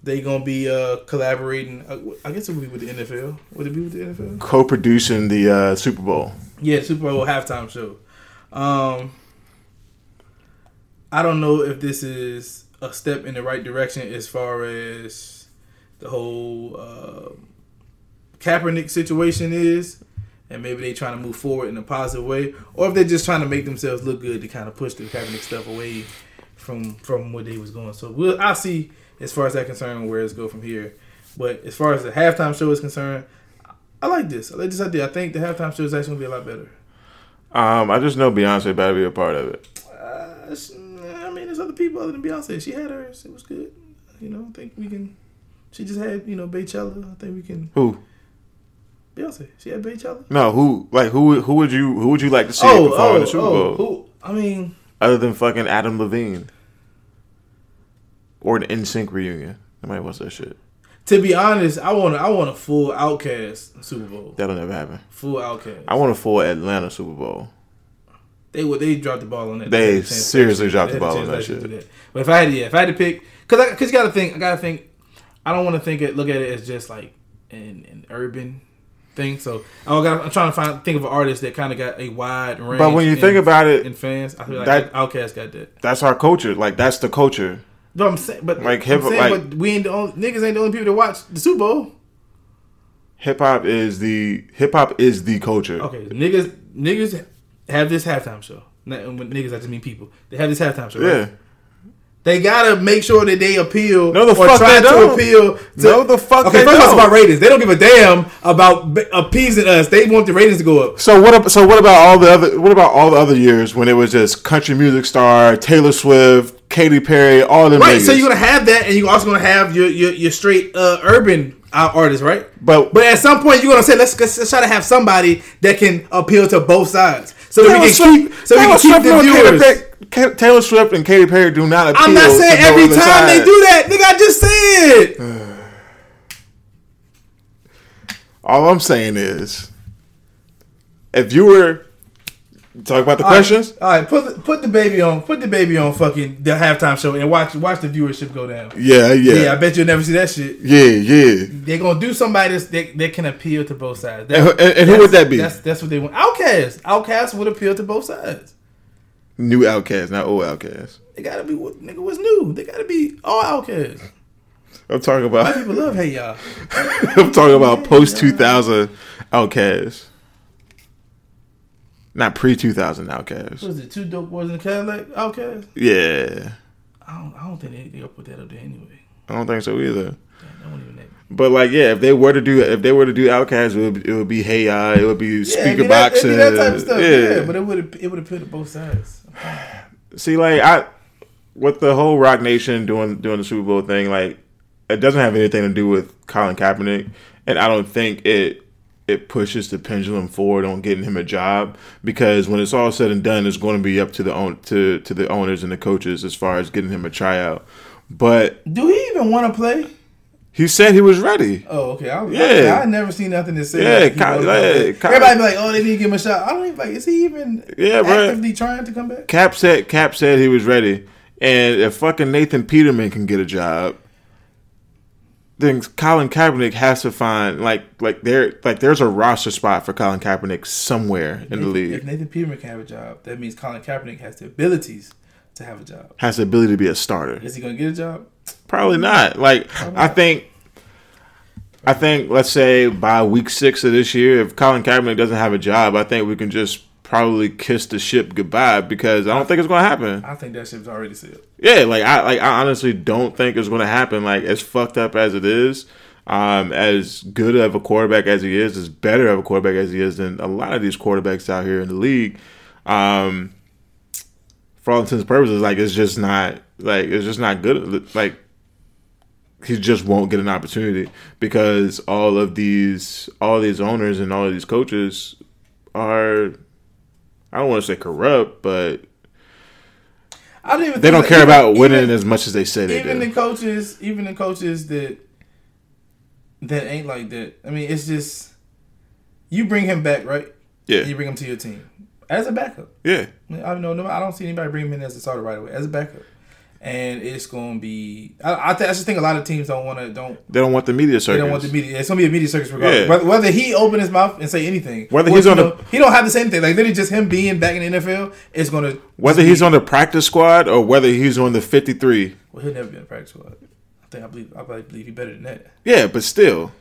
Speaker 2: they gonna be uh collaborating. Uh, I guess it would be with the NFL. Would it be with the NFL?
Speaker 3: Co-producing the uh, Super Bowl.
Speaker 2: Yeah, Super Bowl halftime show. Um, I don't know if this is a step in the right direction as far as the whole uh, Kaepernick situation is, and maybe they trying to move forward in a positive way, or if they're just trying to make themselves look good to kind of push the Kaepernick stuff away from from what they was going. So we'll I'll see as far as that concerned where it's go from here. But as far as the halftime show is concerned, I like this. I like this idea. I think the halftime show is actually gonna be a lot better.
Speaker 3: Um, I just know Beyonce better be a part of it.
Speaker 2: Uh, she- I mean, there's other people other than Beyonce. She had hers. It was good. You know, I think we can. She just had you know Beychella. I think we can.
Speaker 3: Who?
Speaker 2: Beyonce. She had Beychella.
Speaker 3: No, who? Like who? Who would you? Who would you like to see
Speaker 2: Oh,
Speaker 3: perform in
Speaker 2: oh,
Speaker 3: the Super
Speaker 2: oh,
Speaker 3: Bowl?
Speaker 2: who, I mean,
Speaker 3: Other than fucking Adam Levine or an NSYNC reunion. Nobody wants that shit.
Speaker 2: to be honest, I want I want a full Outcast Super Bowl.
Speaker 3: That'll never happen.
Speaker 2: Full Outcast.
Speaker 3: I want a full Atlanta Super Bowl.
Speaker 2: They would they dropped the ball on that.
Speaker 3: They
Speaker 2: had a chance
Speaker 3: seriously
Speaker 2: to-
Speaker 3: dropped
Speaker 2: they
Speaker 3: the
Speaker 2: had a
Speaker 3: ball on
Speaker 2: chance
Speaker 3: that
Speaker 2: to
Speaker 3: shit.
Speaker 2: do But if I had to, yeah, if I had to pick, because because you got to think, I got to think. I don't want to think it, look at it as just like an, an urban thing. So I got, I'm trying to find think of an artist that kind of got a wide range.
Speaker 3: But when you
Speaker 2: in-
Speaker 3: think about it,
Speaker 2: in fans, I feel like
Speaker 3: that-
Speaker 2: Outkast got that.
Speaker 3: That's our culture. Like that's the culture.
Speaker 2: But I'm saying, but
Speaker 3: Like
Speaker 2: I'm
Speaker 3: hip-
Speaker 2: saying,
Speaker 3: like-
Speaker 2: but we ain't the only niggas ain't the only people that watch the Super Bowl.
Speaker 3: Hip hop is the hip hop is the culture.
Speaker 2: Okay, niggas niggas have this halftime show. Not, and when niggas, I just mean people. They have this halftime show. right?
Speaker 3: Yeah.
Speaker 2: They gotta make sure that they appeal.
Speaker 3: No, the
Speaker 2: or
Speaker 3: fuck
Speaker 2: try
Speaker 3: they
Speaker 2: to
Speaker 3: don't.
Speaker 2: appeal. To,
Speaker 3: No, the fuck
Speaker 2: Okay,
Speaker 3: they
Speaker 2: first of all, it's
Speaker 3: don't.
Speaker 2: about ratings. They don't give a damn about b- appeasing us. They want the ratings to go up.
Speaker 3: So what? ab- So what about all the other? What about all the other years when it was just country music star Taylor Swift, Katy Perry, all them
Speaker 2: Right.
Speaker 3: niggas?
Speaker 2: So you're gonna have that, and you're also gonna have your your, your straight uh, urban uh, artists, right?
Speaker 3: But-
Speaker 2: but at some point, you're gonna say let's, let's let's try to have somebody that can appeal to both sides, so that
Speaker 3: Taylor
Speaker 2: we can
Speaker 3: Swift,
Speaker 2: keep so we
Speaker 3: Taylor
Speaker 2: can keep
Speaker 3: Swift
Speaker 2: the
Speaker 3: and Katy
Speaker 2: viewers.
Speaker 3: Perry- Ka- Taylor Swift and Katy Perry do not appeal.
Speaker 2: I'm not saying
Speaker 3: to no
Speaker 2: every
Speaker 3: other
Speaker 2: time they
Speaker 3: side.
Speaker 2: do that. Nigga, I just said.
Speaker 3: All I'm saying is, if you were talk about the questions,
Speaker 2: All right, put the- put the baby on. Put the baby on. Fucking the halftime show and watch watch the viewership go down.
Speaker 3: yeah,
Speaker 2: Yeah,
Speaker 3: yeah,
Speaker 2: I
Speaker 3: yeah,
Speaker 2: bet you'll never see that shit.
Speaker 3: yeah. yeah.
Speaker 2: They're gonna do somebody that's, that that can appeal to both sides.
Speaker 3: And who- and- and who would
Speaker 2: that's-
Speaker 3: that be?
Speaker 2: That's that's what they want. Outcast. Outcast would appeal to both sides.
Speaker 3: New Outcast, not old Outcast.
Speaker 2: They gotta be what nigga was new. They gotta be all outcasts.
Speaker 3: I'm talking about.
Speaker 2: People love hey y'all.
Speaker 3: I'm talking about post 2000 Outcast. Not pre 2000 Outcast.
Speaker 2: Was it two dope boys in a Cadillac? Outcast.
Speaker 3: Yeah.
Speaker 2: I don't I don't think they, they'll put that up there anyway.
Speaker 3: I don't think so either.
Speaker 2: That that won't even that.
Speaker 3: But like yeah, if they were to do if they were to do Outcast, it would it would be Hey Ya, it would be
Speaker 2: Yeah,
Speaker 3: Speaker
Speaker 2: it'd be that- it'd
Speaker 3: Box
Speaker 2: be
Speaker 3: and
Speaker 2: that type of stuff. Yeah,
Speaker 3: yeah.
Speaker 2: but it would it would appeal to both sides.
Speaker 3: See like I with the whole Rock Nation doing doing the Super Bowl thing, like it doesn't have anything to do with Colin Kaepernick, and I don't think it it pushes the pendulum forward on getting him a job because when it's all said and done, it's going to be up to the own to to the owners and the coaches as far as getting him a tryout. But
Speaker 2: Do he even want to play?
Speaker 3: He said he was ready.
Speaker 2: Oh, okay. I,
Speaker 3: Yeah.
Speaker 2: yeah. I, I never seen nothing that said.
Speaker 3: Yeah,
Speaker 2: that he
Speaker 3: Ky-
Speaker 2: wasn't
Speaker 3: yeah,
Speaker 2: gonna-
Speaker 3: Ky-
Speaker 2: Everybody be like, "Oh, they didn't give him a shot." I don't even like. Is he even
Speaker 3: Yeah, bruh.
Speaker 2: actively trying to come back?
Speaker 3: Cap said Cap said he was ready, and if fucking Nathan Peterman can get a job, then Colin Kaepernick has to find like like there like there's a roster spot for Colin Kaepernick somewhere in the
Speaker 2: Nathan- If
Speaker 3: league.
Speaker 2: Nathan Peterman can have a job, that means Colin Kaepernick has the abilities to have a job.
Speaker 3: Has the ability to be a starter.
Speaker 2: Is he gonna get a job?
Speaker 3: Probably not. Like I think, I think let's say by week six of this year, if Colin Kaepernick doesn't have a job, I think we can just probably kiss the ship goodbye because I don't think it's going to happen.
Speaker 2: I think that ship's already sailed.
Speaker 3: Yeah, like I like I honestly don't think it's going to happen. Like as fucked up as it is, um, as good of a quarterback as he is, as better of a quarterback as he is than a lot of these quarterbacks out here in the league. Um, for all intents and purposes, like it's just not like it's just not good. Like he just won't get an opportunity because all of these all these owners and all of these coaches are I don't want to say corrupt, but
Speaker 2: I don't even.
Speaker 3: they
Speaker 2: think
Speaker 3: don't
Speaker 2: that-
Speaker 3: care
Speaker 2: even-
Speaker 3: about winning
Speaker 2: even-
Speaker 3: as much as they say they
Speaker 2: even
Speaker 3: do.
Speaker 2: the coaches, even the coaches that that ain't like that. I mean, it's just you bring him back, right? You
Speaker 3: Yeah,
Speaker 2: bring him to your team as a backup.
Speaker 3: yeah,
Speaker 2: I don't know. No, I don't see anybody bring him in as a starter right away as a backup. And it's gonna be. I, I, th- I just think a lot of teams don't want to. Don't
Speaker 3: they don't want the media
Speaker 2: they
Speaker 3: circus.
Speaker 2: don't want the media. It's gonna be a media circus regardless.
Speaker 3: Yeah.
Speaker 2: Whether, whether he open his mouth and say anything,
Speaker 3: Whether
Speaker 2: or,
Speaker 3: he's
Speaker 2: you
Speaker 3: on the-
Speaker 2: know, he don't have to say anything. Like literally, just him being back in the NFL is gonna.
Speaker 3: Whether he's on the practice squad or whether he's on the fifty-three,
Speaker 2: well, he'll never be in the practice squad. I think I believe I believe he better than that.
Speaker 3: yeah, but still,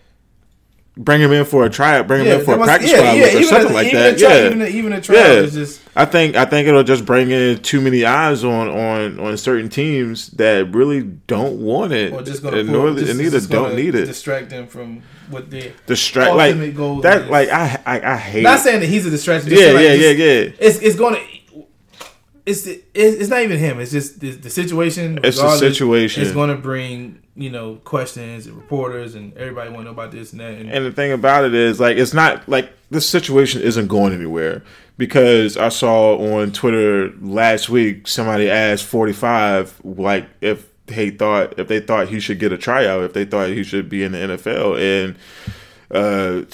Speaker 3: bring him in for a tryout, bring him in for
Speaker 2: that
Speaker 3: a
Speaker 2: must-
Speaker 3: practice squad look or
Speaker 2: even
Speaker 3: something
Speaker 2: a-
Speaker 3: like
Speaker 2: even
Speaker 3: that.
Speaker 2: A trial,
Speaker 3: yeah,
Speaker 2: even a, even a trial
Speaker 3: Yeah.
Speaker 2: is just
Speaker 3: I think I think it'll just bring in too many eyes on on on certain teams that really don't want it,
Speaker 2: or just gonna
Speaker 3: and,
Speaker 2: pull-
Speaker 3: nor,
Speaker 2: just-
Speaker 3: and neither
Speaker 2: just gonna
Speaker 3: don't need it.
Speaker 2: Distract them from what they.
Speaker 3: Distract like
Speaker 2: ultimate goal
Speaker 3: that.
Speaker 2: is-
Speaker 3: Like I I, I hate.
Speaker 2: Not saying that he's a distraction. Just
Speaker 3: yeah,
Speaker 2: like
Speaker 3: yeah, yeah,
Speaker 2: just-
Speaker 3: yeah.
Speaker 2: It's it's going to. It's, it's it's not even him. It's just the, the situation.
Speaker 3: It's the
Speaker 2: regardless,
Speaker 3: situation.
Speaker 2: It's going to bring you know questions and reporters and everybody want to know about this and that. And,
Speaker 3: And the thing about it is, like, it's not like this situation isn't going anywhere because I saw on Twitter last week somebody asked 45 like if he thought if they thought he should get a tryout, if they thought he should be in the NFL, and uh,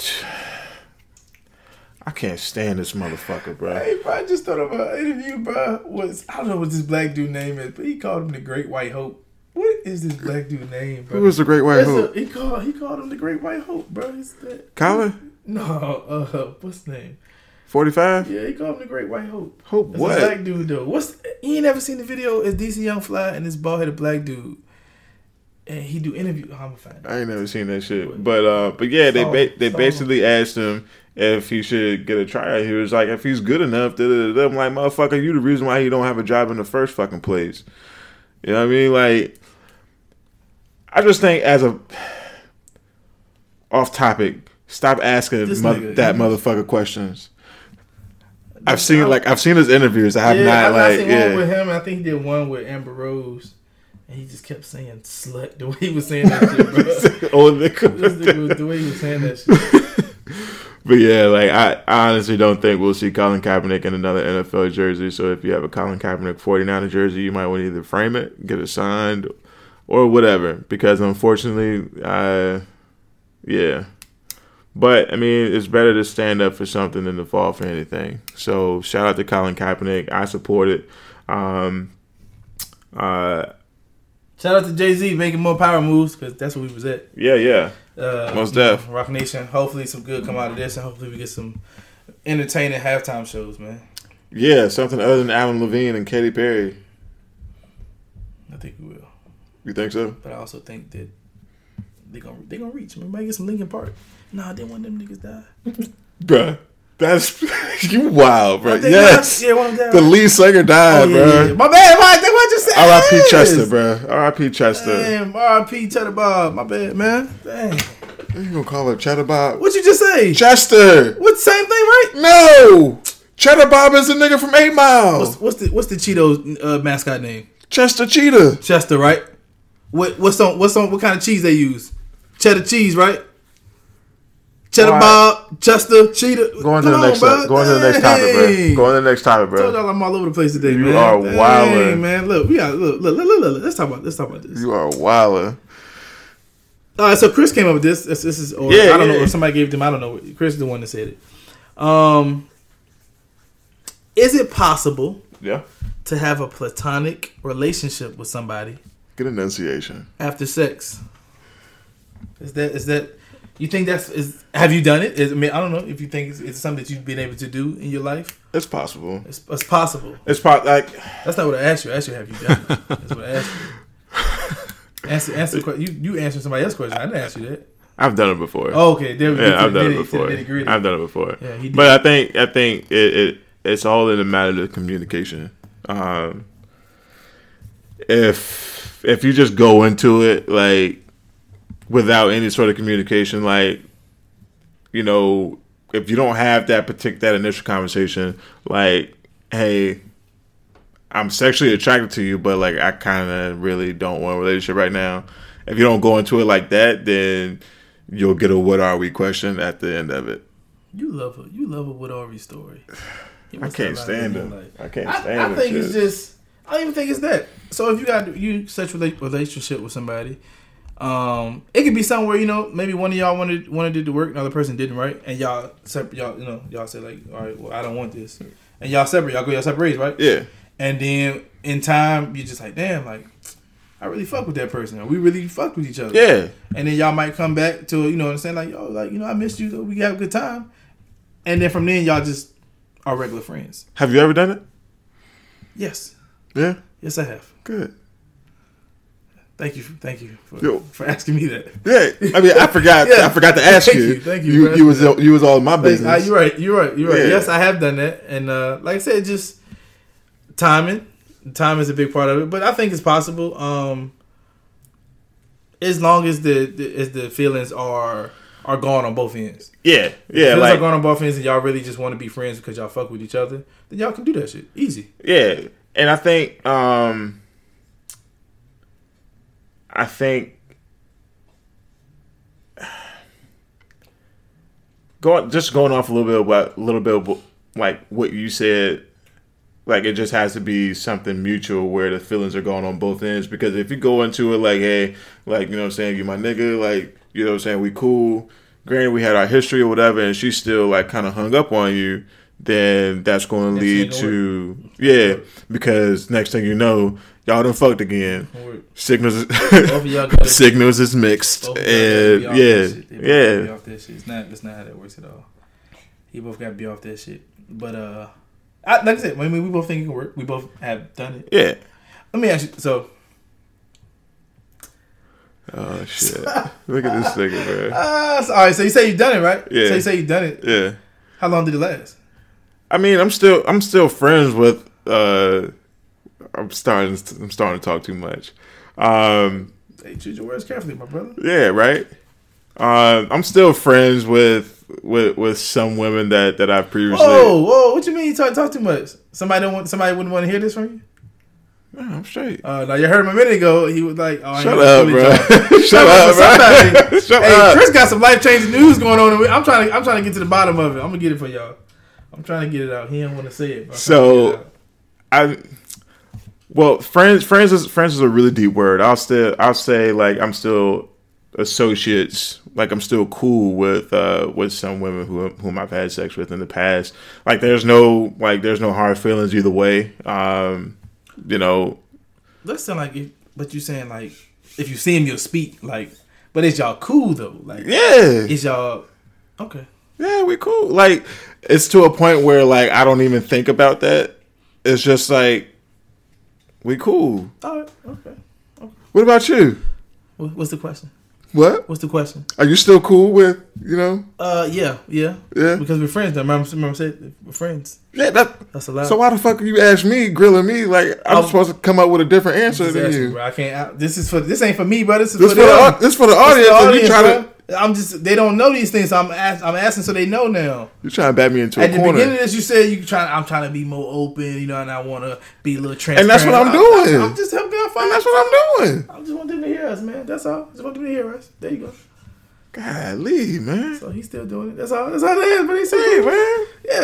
Speaker 3: I can't stand this motherfucker, bro.
Speaker 2: Hey, bro, I just thought of an interview, bro. Was I don't know what this black dude name is, but he called him the Great White Hope. What is this black dude name, bro?
Speaker 3: Who was the Great White
Speaker 2: That's a-
Speaker 3: Hope?
Speaker 2: he called he called him the Great White Hope, bro. Is that
Speaker 3: Colin,
Speaker 2: No, uh, what's his name?
Speaker 3: 45.
Speaker 2: Yeah, he called him the Great White Hope.
Speaker 3: Hope
Speaker 2: That's
Speaker 3: what?
Speaker 2: a black dude though. What's he ain't never seen the video? It's DC Young Fly and this bald headed black dude, and he do interview. oh, I'm a fan.
Speaker 3: I ain't never seen that shit. But uh, but yeah, they ba- they
Speaker 2: Saw- saw.
Speaker 3: basically asked him if he should get a tryout. He was like, if he's good enough, da, da, da, da. I'm like, motherfucker, you the reason why you don't have a job in the first fucking place. You know what I mean? Like, I just think as a off topic, stop asking
Speaker 2: This
Speaker 3: mo-
Speaker 2: nigga.
Speaker 3: that motherfucker questions. I've seen like I've seen his interviews. I have not
Speaker 2: I- I
Speaker 3: like
Speaker 2: seen one with
Speaker 3: yeah.
Speaker 2: him. I think he did one with Amber Rose, and he just kept saying "slut" the way he was saying that shit, bro. This
Speaker 3: Old Oh, nigga.
Speaker 2: nigga was- the way he was saying that shit.
Speaker 3: But yeah, like I, I honestly don't think we'll see Colin Kaepernick in another NFL jersey. So if you have a Colin Kaepernick 49er jersey, you might want to either frame it, get it signed, or whatever. Because unfortunately, I, yeah. But I mean, it's better to stand up for something than to fall for anything. So shout out to Colin Kaepernick. I support it. Um, uh,
Speaker 2: Shout out to Jay Z making more power moves because that's where we was at.
Speaker 3: yeah, yeah,
Speaker 2: Uh,
Speaker 3: Most
Speaker 2: you know,
Speaker 3: def.
Speaker 2: Rock Nation. Hopefully, some good come out of this, and hopefully, we get some entertaining halftime shows, man.
Speaker 3: yeah. Something other than Alan Levine and Katy Perry.
Speaker 2: I think we will.
Speaker 3: You think so?
Speaker 2: But I also think that they gonna they gonna reach. We might get some Lincoln Park. Nah, they want them niggas die.
Speaker 3: Bruh. That's you wild, bro.
Speaker 2: I think-
Speaker 3: Yes.
Speaker 2: yeah, one of them.
Speaker 3: The lead singer died,
Speaker 2: yeah,
Speaker 3: bro.
Speaker 2: yeah, yeah. My bad. My, that's what I just said.
Speaker 3: R.I.P.
Speaker 2: Yes.
Speaker 3: Chester, bro. R.I.P. Chester.
Speaker 2: Damn, R.I.P. Cheddar Bob. My bad, man. Dang.
Speaker 3: You gonna call her Cheddar Bob?
Speaker 2: What you just say?
Speaker 3: Chester.
Speaker 2: What's the same thing, right?
Speaker 3: No. Cheddar Bob is a nigga from Eight Mile.
Speaker 2: What's, what's the what's the Cheetos uh, mascot name?
Speaker 3: Chester Cheetah.
Speaker 2: Chester, right? What what's on what's on what kind of cheese they use? Cheddar cheese, right? Cheddar
Speaker 3: Why?
Speaker 2: Bob, Chester, Cheetah.
Speaker 3: Going to the next topic. Going to the next topic, bro. Going to the next topic,
Speaker 2: Told
Speaker 3: bro.
Speaker 2: y'all I'm all over the place today,
Speaker 3: You
Speaker 2: man.
Speaker 3: are
Speaker 2: Dang,
Speaker 3: wildin'.
Speaker 2: man. Look, we got look, look, look, look, look, look. Let's talk about let's talk about this.
Speaker 3: You are wilder.
Speaker 2: Uh, so Chris came up with this. This, this is, or
Speaker 3: Yeah,
Speaker 2: I don't
Speaker 3: yeah.
Speaker 2: know, or somebody gave it to him. I don't know. Chris is the one that said it. Um, is it possible
Speaker 3: Yeah.
Speaker 2: to have a platonic relationship with somebody
Speaker 3: Good enunciation.
Speaker 2: after sex? Is that is that? You think that's is? Have you done it? Is, I mean, I don't know if you think it's, it's something that you've been able to do in your life.
Speaker 3: It's possible.
Speaker 2: It's, it's possible.
Speaker 3: It's probably like
Speaker 2: That's not what I asked you. I asked you, have you done it? That's what I asked you. Answer, answer the question. You, you answered somebody else's question. I didn't ask you that.
Speaker 3: I've done it before.
Speaker 2: Oh, okay. There we go.
Speaker 3: yeah, I've done it before. I've
Speaker 2: I've
Speaker 3: done it before.
Speaker 2: Yeah, he did.
Speaker 3: But I think I think it, it it's all in a matter of communication. Um, if if you just go into it like without any sort of communication, like you know, if you don't have that partic- that initial conversation, like, hey, I'm sexually attracted to you, but like I kind of really don't want a relationship right now. If you don't go into it like that, then you'll get a "what are we" question at the end of it.
Speaker 2: you love her. You love her with every story. You
Speaker 3: I
Speaker 2: must
Speaker 3: can't
Speaker 2: have a lot of
Speaker 3: stand
Speaker 2: good
Speaker 3: it.
Speaker 2: in life.
Speaker 3: I can't stand
Speaker 2: I,
Speaker 3: it.
Speaker 2: I think it's just. I don't even think it's that. So if you got you such rela- relationship with somebody, um, it could be somewhere you know maybe one of y'all wanted wanted to do the work, another person didn't, right? And y'all sep- y'all you know y'all say like, all right, well I don't want this, and y'all separate, y'all go y'all separate, right?
Speaker 3: yeah,
Speaker 2: And then in time, you're just like, damn, like I really fuck with that person. Or we really fucked with each other.
Speaker 3: yeah.
Speaker 2: And then y'all might come back to you know what I'm saying, like yo, like you know I missed you. Though. We had a good time. And then from then y'all just are regular friends.
Speaker 3: Have you ever done it?
Speaker 2: Yes,
Speaker 3: Yeah,
Speaker 2: yes I have.
Speaker 3: good.
Speaker 2: Thank you, thank you for,
Speaker 3: Yo.
Speaker 2: for asking me that.
Speaker 3: Yeah, I mean, I forgot.
Speaker 2: Yeah.
Speaker 3: I forgot to ask
Speaker 2: Thank
Speaker 3: you.
Speaker 2: you, thank you for
Speaker 3: You, was you was all in my
Speaker 2: Like,
Speaker 3: business.
Speaker 2: uh, you're right, you're right, you're right.
Speaker 3: Yeah.
Speaker 2: Yes, I have done that. And uh, like I said, just timing. Time is a big part of it, but I think it's possible. Um, as long as the, the as the feelings are are gone on both ends.
Speaker 3: Yeah, yeah,
Speaker 2: feelings
Speaker 3: like
Speaker 2: are gone on both ends, and y'all really just want to be friends because y'all fuck with each other. Then y'all can do that shit easy.
Speaker 3: Yeah, and I think um I think going just going off a little bit about a little bit of what- like what you said like it just has to be something mutual where the feelings are going on both ends because if you go into it like hey like you know what i'm saying you my nigga like you know what i'm saying we cool granted we had our history or whatever and she's still like kind of hung up on you then that's going to
Speaker 2: That's
Speaker 3: lead
Speaker 2: gonna
Speaker 3: to yeah because next thing you know y'all done fucked again
Speaker 2: Or
Speaker 3: signals is-
Speaker 2: both of y'all gotta-
Speaker 3: signals is mixed
Speaker 2: both of y'all gotta
Speaker 3: and
Speaker 2: be off
Speaker 3: yeah
Speaker 2: that shit. They both gotta be
Speaker 3: yeah
Speaker 2: off that shit. It's not that's not how that works at all. You both got to be off that shit. But uh, I, like I said, I mean, we both think it can work. We both have done it.
Speaker 3: yeah
Speaker 2: Let me ask you. So
Speaker 3: oh shit look at this nigga man
Speaker 2: Uh, so- all right. So you say you've done it, right?
Speaker 3: Yeah.
Speaker 2: So you say you've done it.
Speaker 3: yeah
Speaker 2: How long did it last?
Speaker 3: I mean, I'm still I'm still friends with. uh I'm starting I'm starting to talk too much. Um
Speaker 2: Hey, choose your words carefully, my brother.
Speaker 3: Yeah, right. Um I'm still friends with with with some women that that I previously.
Speaker 2: Whoa, whoa! What you mean you talk talk too much? Somebody don't want. Somebody wouldn't want to hear this from you.
Speaker 3: No, I'm straight.
Speaker 2: Uh, now you heard him a minute ago. He was like, "Oh, I ain't
Speaker 3: Shut
Speaker 2: gonna
Speaker 3: up,
Speaker 2: fully
Speaker 3: bro.
Speaker 2: talk.
Speaker 3: Shut
Speaker 2: up for
Speaker 3: up, bro.
Speaker 2: somebody.
Speaker 3: Shut
Speaker 2: Hey,
Speaker 3: up.
Speaker 2: Chris got some life changing news going on. and we- I'm trying to. I'm trying to get to the bottom of it. I'm gonna get it for y'all. I'm trying to get it out. He didn't want to say it. But I'm
Speaker 3: So-
Speaker 2: trying to get it out.
Speaker 3: I well, friends friends is friends is a really deep word. I'll still I'll say like I'm still associates, like I'm still cool with uh with some women who whom I've had sex with in the past. Like there's no like there's no hard feelings either way. Um you know,
Speaker 2: That sound like, if, but you saying like, if you see him, you'll speak. Like, but is y'all cool though? Like,
Speaker 3: yeah.
Speaker 2: is y'all okay?
Speaker 3: Yeah, we cool. Like it's to a point where like I don't even think about that. It's just like we cool.
Speaker 2: All right, okay.
Speaker 3: What about you?
Speaker 2: Wha- What's the question?
Speaker 3: What?
Speaker 2: What's the question?
Speaker 3: Are you still cool with, you know?
Speaker 2: Uh, yeah, yeah,
Speaker 3: Yeah.
Speaker 2: Because we're friends. Now. Remember, remember I said we're friends.
Speaker 3: Yeah, that,
Speaker 2: That's allowed.
Speaker 3: So why the fuck you ask me, grilling me? Like I'm
Speaker 2: Um,
Speaker 3: supposed to come up with a different answer
Speaker 2: Just
Speaker 3: than
Speaker 2: asking,
Speaker 3: you.
Speaker 2: bro. I can't. I, this is for this ain't for me, bro. This is
Speaker 3: This
Speaker 2: for,
Speaker 3: for the au-
Speaker 2: them.
Speaker 3: this for the audience.
Speaker 2: This
Speaker 3: and you trying to
Speaker 2: bro. I'm just they don't know these things. So I'm ask, I'm asking so they know now.
Speaker 3: you trying to bat me into a
Speaker 2: At the
Speaker 3: corner.
Speaker 2: beginning of this, you said you trying. I'm trying to be more open, you know, and I want to be a little
Speaker 3: And
Speaker 2: transparent.
Speaker 3: that's what I'm doing.
Speaker 2: I'm, I'm just helping out.
Speaker 3: and
Speaker 2: Find
Speaker 3: that's what I'm doing.
Speaker 2: I just want them to hear us, man. That's all. Just want them to hear us. There you go.
Speaker 3: Golly, man.
Speaker 2: So he's still doing it. That's all. That's all that is. But he's still
Speaker 3: Hey,
Speaker 2: doing it.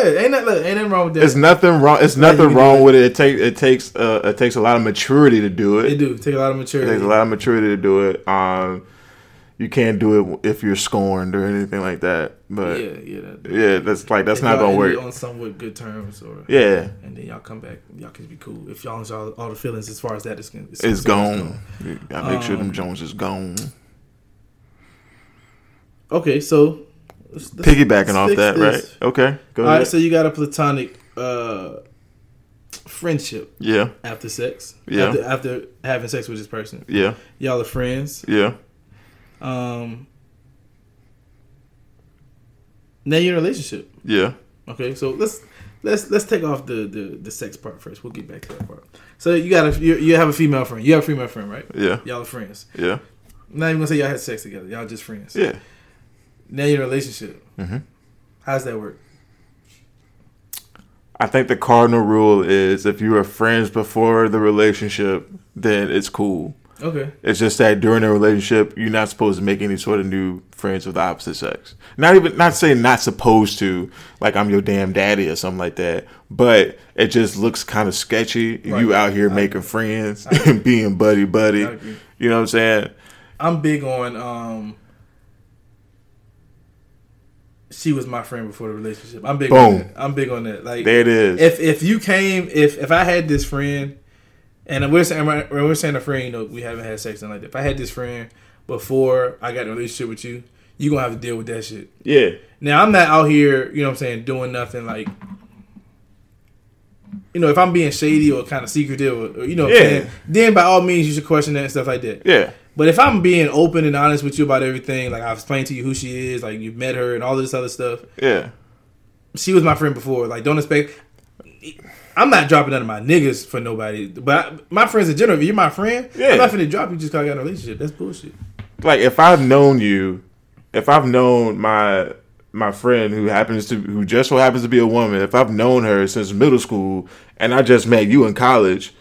Speaker 3: man.
Speaker 2: Yeah, ain't that look? Ain't nothing wrong with that.
Speaker 3: It's nothing wrong. It's
Speaker 2: you
Speaker 3: nothing
Speaker 2: can
Speaker 3: wrong
Speaker 2: do it.
Speaker 3: with it. It takes it takes uh, it takes a lot of maturity to do it.
Speaker 2: They do take a lot of
Speaker 3: It
Speaker 2: maturity.
Speaker 3: takes a lot of maturity to do it. Um, you can't do it if you're scorned or anything like that. But yeah,
Speaker 2: yeah, yeah. That,
Speaker 3: that's like that's
Speaker 2: if
Speaker 3: not
Speaker 2: y'all
Speaker 3: gonna
Speaker 2: end it
Speaker 3: work.
Speaker 2: on somewhat good terms or
Speaker 3: yeah,
Speaker 2: and then y'all come back, y'all can be cool. If y'all all, all the feelings as far as that is con- is
Speaker 3: it's
Speaker 2: concerned,
Speaker 3: gone. You gotta make
Speaker 2: Um,
Speaker 3: sure them Jones is gone.
Speaker 2: Okay, so let's- let's-
Speaker 3: Piggybacking
Speaker 2: let's
Speaker 3: off
Speaker 2: fix
Speaker 3: that,
Speaker 2: this.
Speaker 3: right? Okay, go
Speaker 2: All
Speaker 3: ahead.
Speaker 2: right, so you got a platonic uh friendship
Speaker 3: yeah,
Speaker 2: after sex.
Speaker 3: Yeah.
Speaker 2: After, after having sex with this person,
Speaker 3: yeah,
Speaker 2: y'all are friends.
Speaker 3: yeah.
Speaker 2: Um. Now you're in a relationship.
Speaker 3: Yeah.
Speaker 2: Okay, so let's let's let's take off the the, the sex part first. We'll get back to that part. So you got a you, you have a female friend. You have a female friend, right?
Speaker 3: Yeah.
Speaker 2: Y'all are friends.
Speaker 3: Yeah.
Speaker 2: I'm not even gonna say y'all had sex together. Y'all just friends.
Speaker 3: Yeah.
Speaker 2: Now you're in a relationship.
Speaker 3: Mhm.
Speaker 2: How's that work?
Speaker 3: I think the cardinal rule is if you were friends before the relationship, then it's cool.
Speaker 2: Okay.
Speaker 3: It's just that during a relationship, you're not supposed to make any sort of new friends with the opposite sex. Not even not saying not supposed to, like I'm your damn daddy or something like that. But it just looks kind of sketchy. if You
Speaker 2: Right.
Speaker 3: out here making friends and being buddy buddy.
Speaker 2: I agree.
Speaker 3: You know what I'm saying?
Speaker 2: I'm big on um. She was my friend before the relationship. I'm big. On
Speaker 3: Boom.
Speaker 2: that. I'm big on that. Like
Speaker 3: There it is.
Speaker 2: if if you came if if I had this friend, and we're saying we're saying a friend, you know, we haven't had sex and like that. If I had this friend before I got in a relationship with you, you gonna have to deal with that shit.
Speaker 3: yeah.
Speaker 2: Now I'm not out here, you know what I'm saying, doing nothing like you know, if I'm being shady or kind of secretive or, or you know what I'm
Speaker 3: Yeah.
Speaker 2: saying, then by all means you should question that and stuff like that.
Speaker 3: Yeah.
Speaker 2: But if I'm being open and honest with you about everything, like I've explained to you who she is, like you've met her and all this other stuff,
Speaker 3: Yeah.
Speaker 2: she was my friend before. Like, don't expect. I'm not dropping none of my niggas for nobody, but I, my friends in general. If you're my friend,
Speaker 3: Yeah.
Speaker 2: I'm not finna drop you just 'cause I got a relationship. That's bullshit.
Speaker 3: like if I've known you, if I've known my my friend who happens to who just so happens to be a woman, if I've known her since middle school and I just met you in college,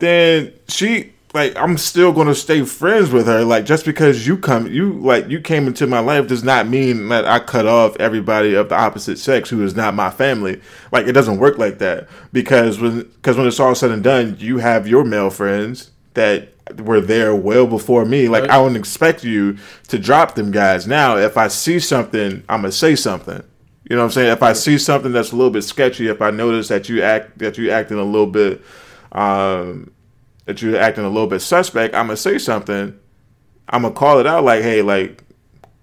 Speaker 3: then she like I'm still gonna stay friends with her. Like just because you come you like you came into my life does not mean that I cut off everybody of the opposite sex who is not my family. Like it doesn't work like that. Because when because when it's all said and done, you have your male friends that were there well before me. Like
Speaker 2: Right.
Speaker 3: I wouldn't expect you to drop them guys. Now if I see something, I'ma say something. You know what I'm saying? If I see something that's a little bit sketchy, if I notice that you act that you acting a little bit um, that you're acting a little bit suspect, I'm gonna say something. I'm gonna call it out like, hey, like,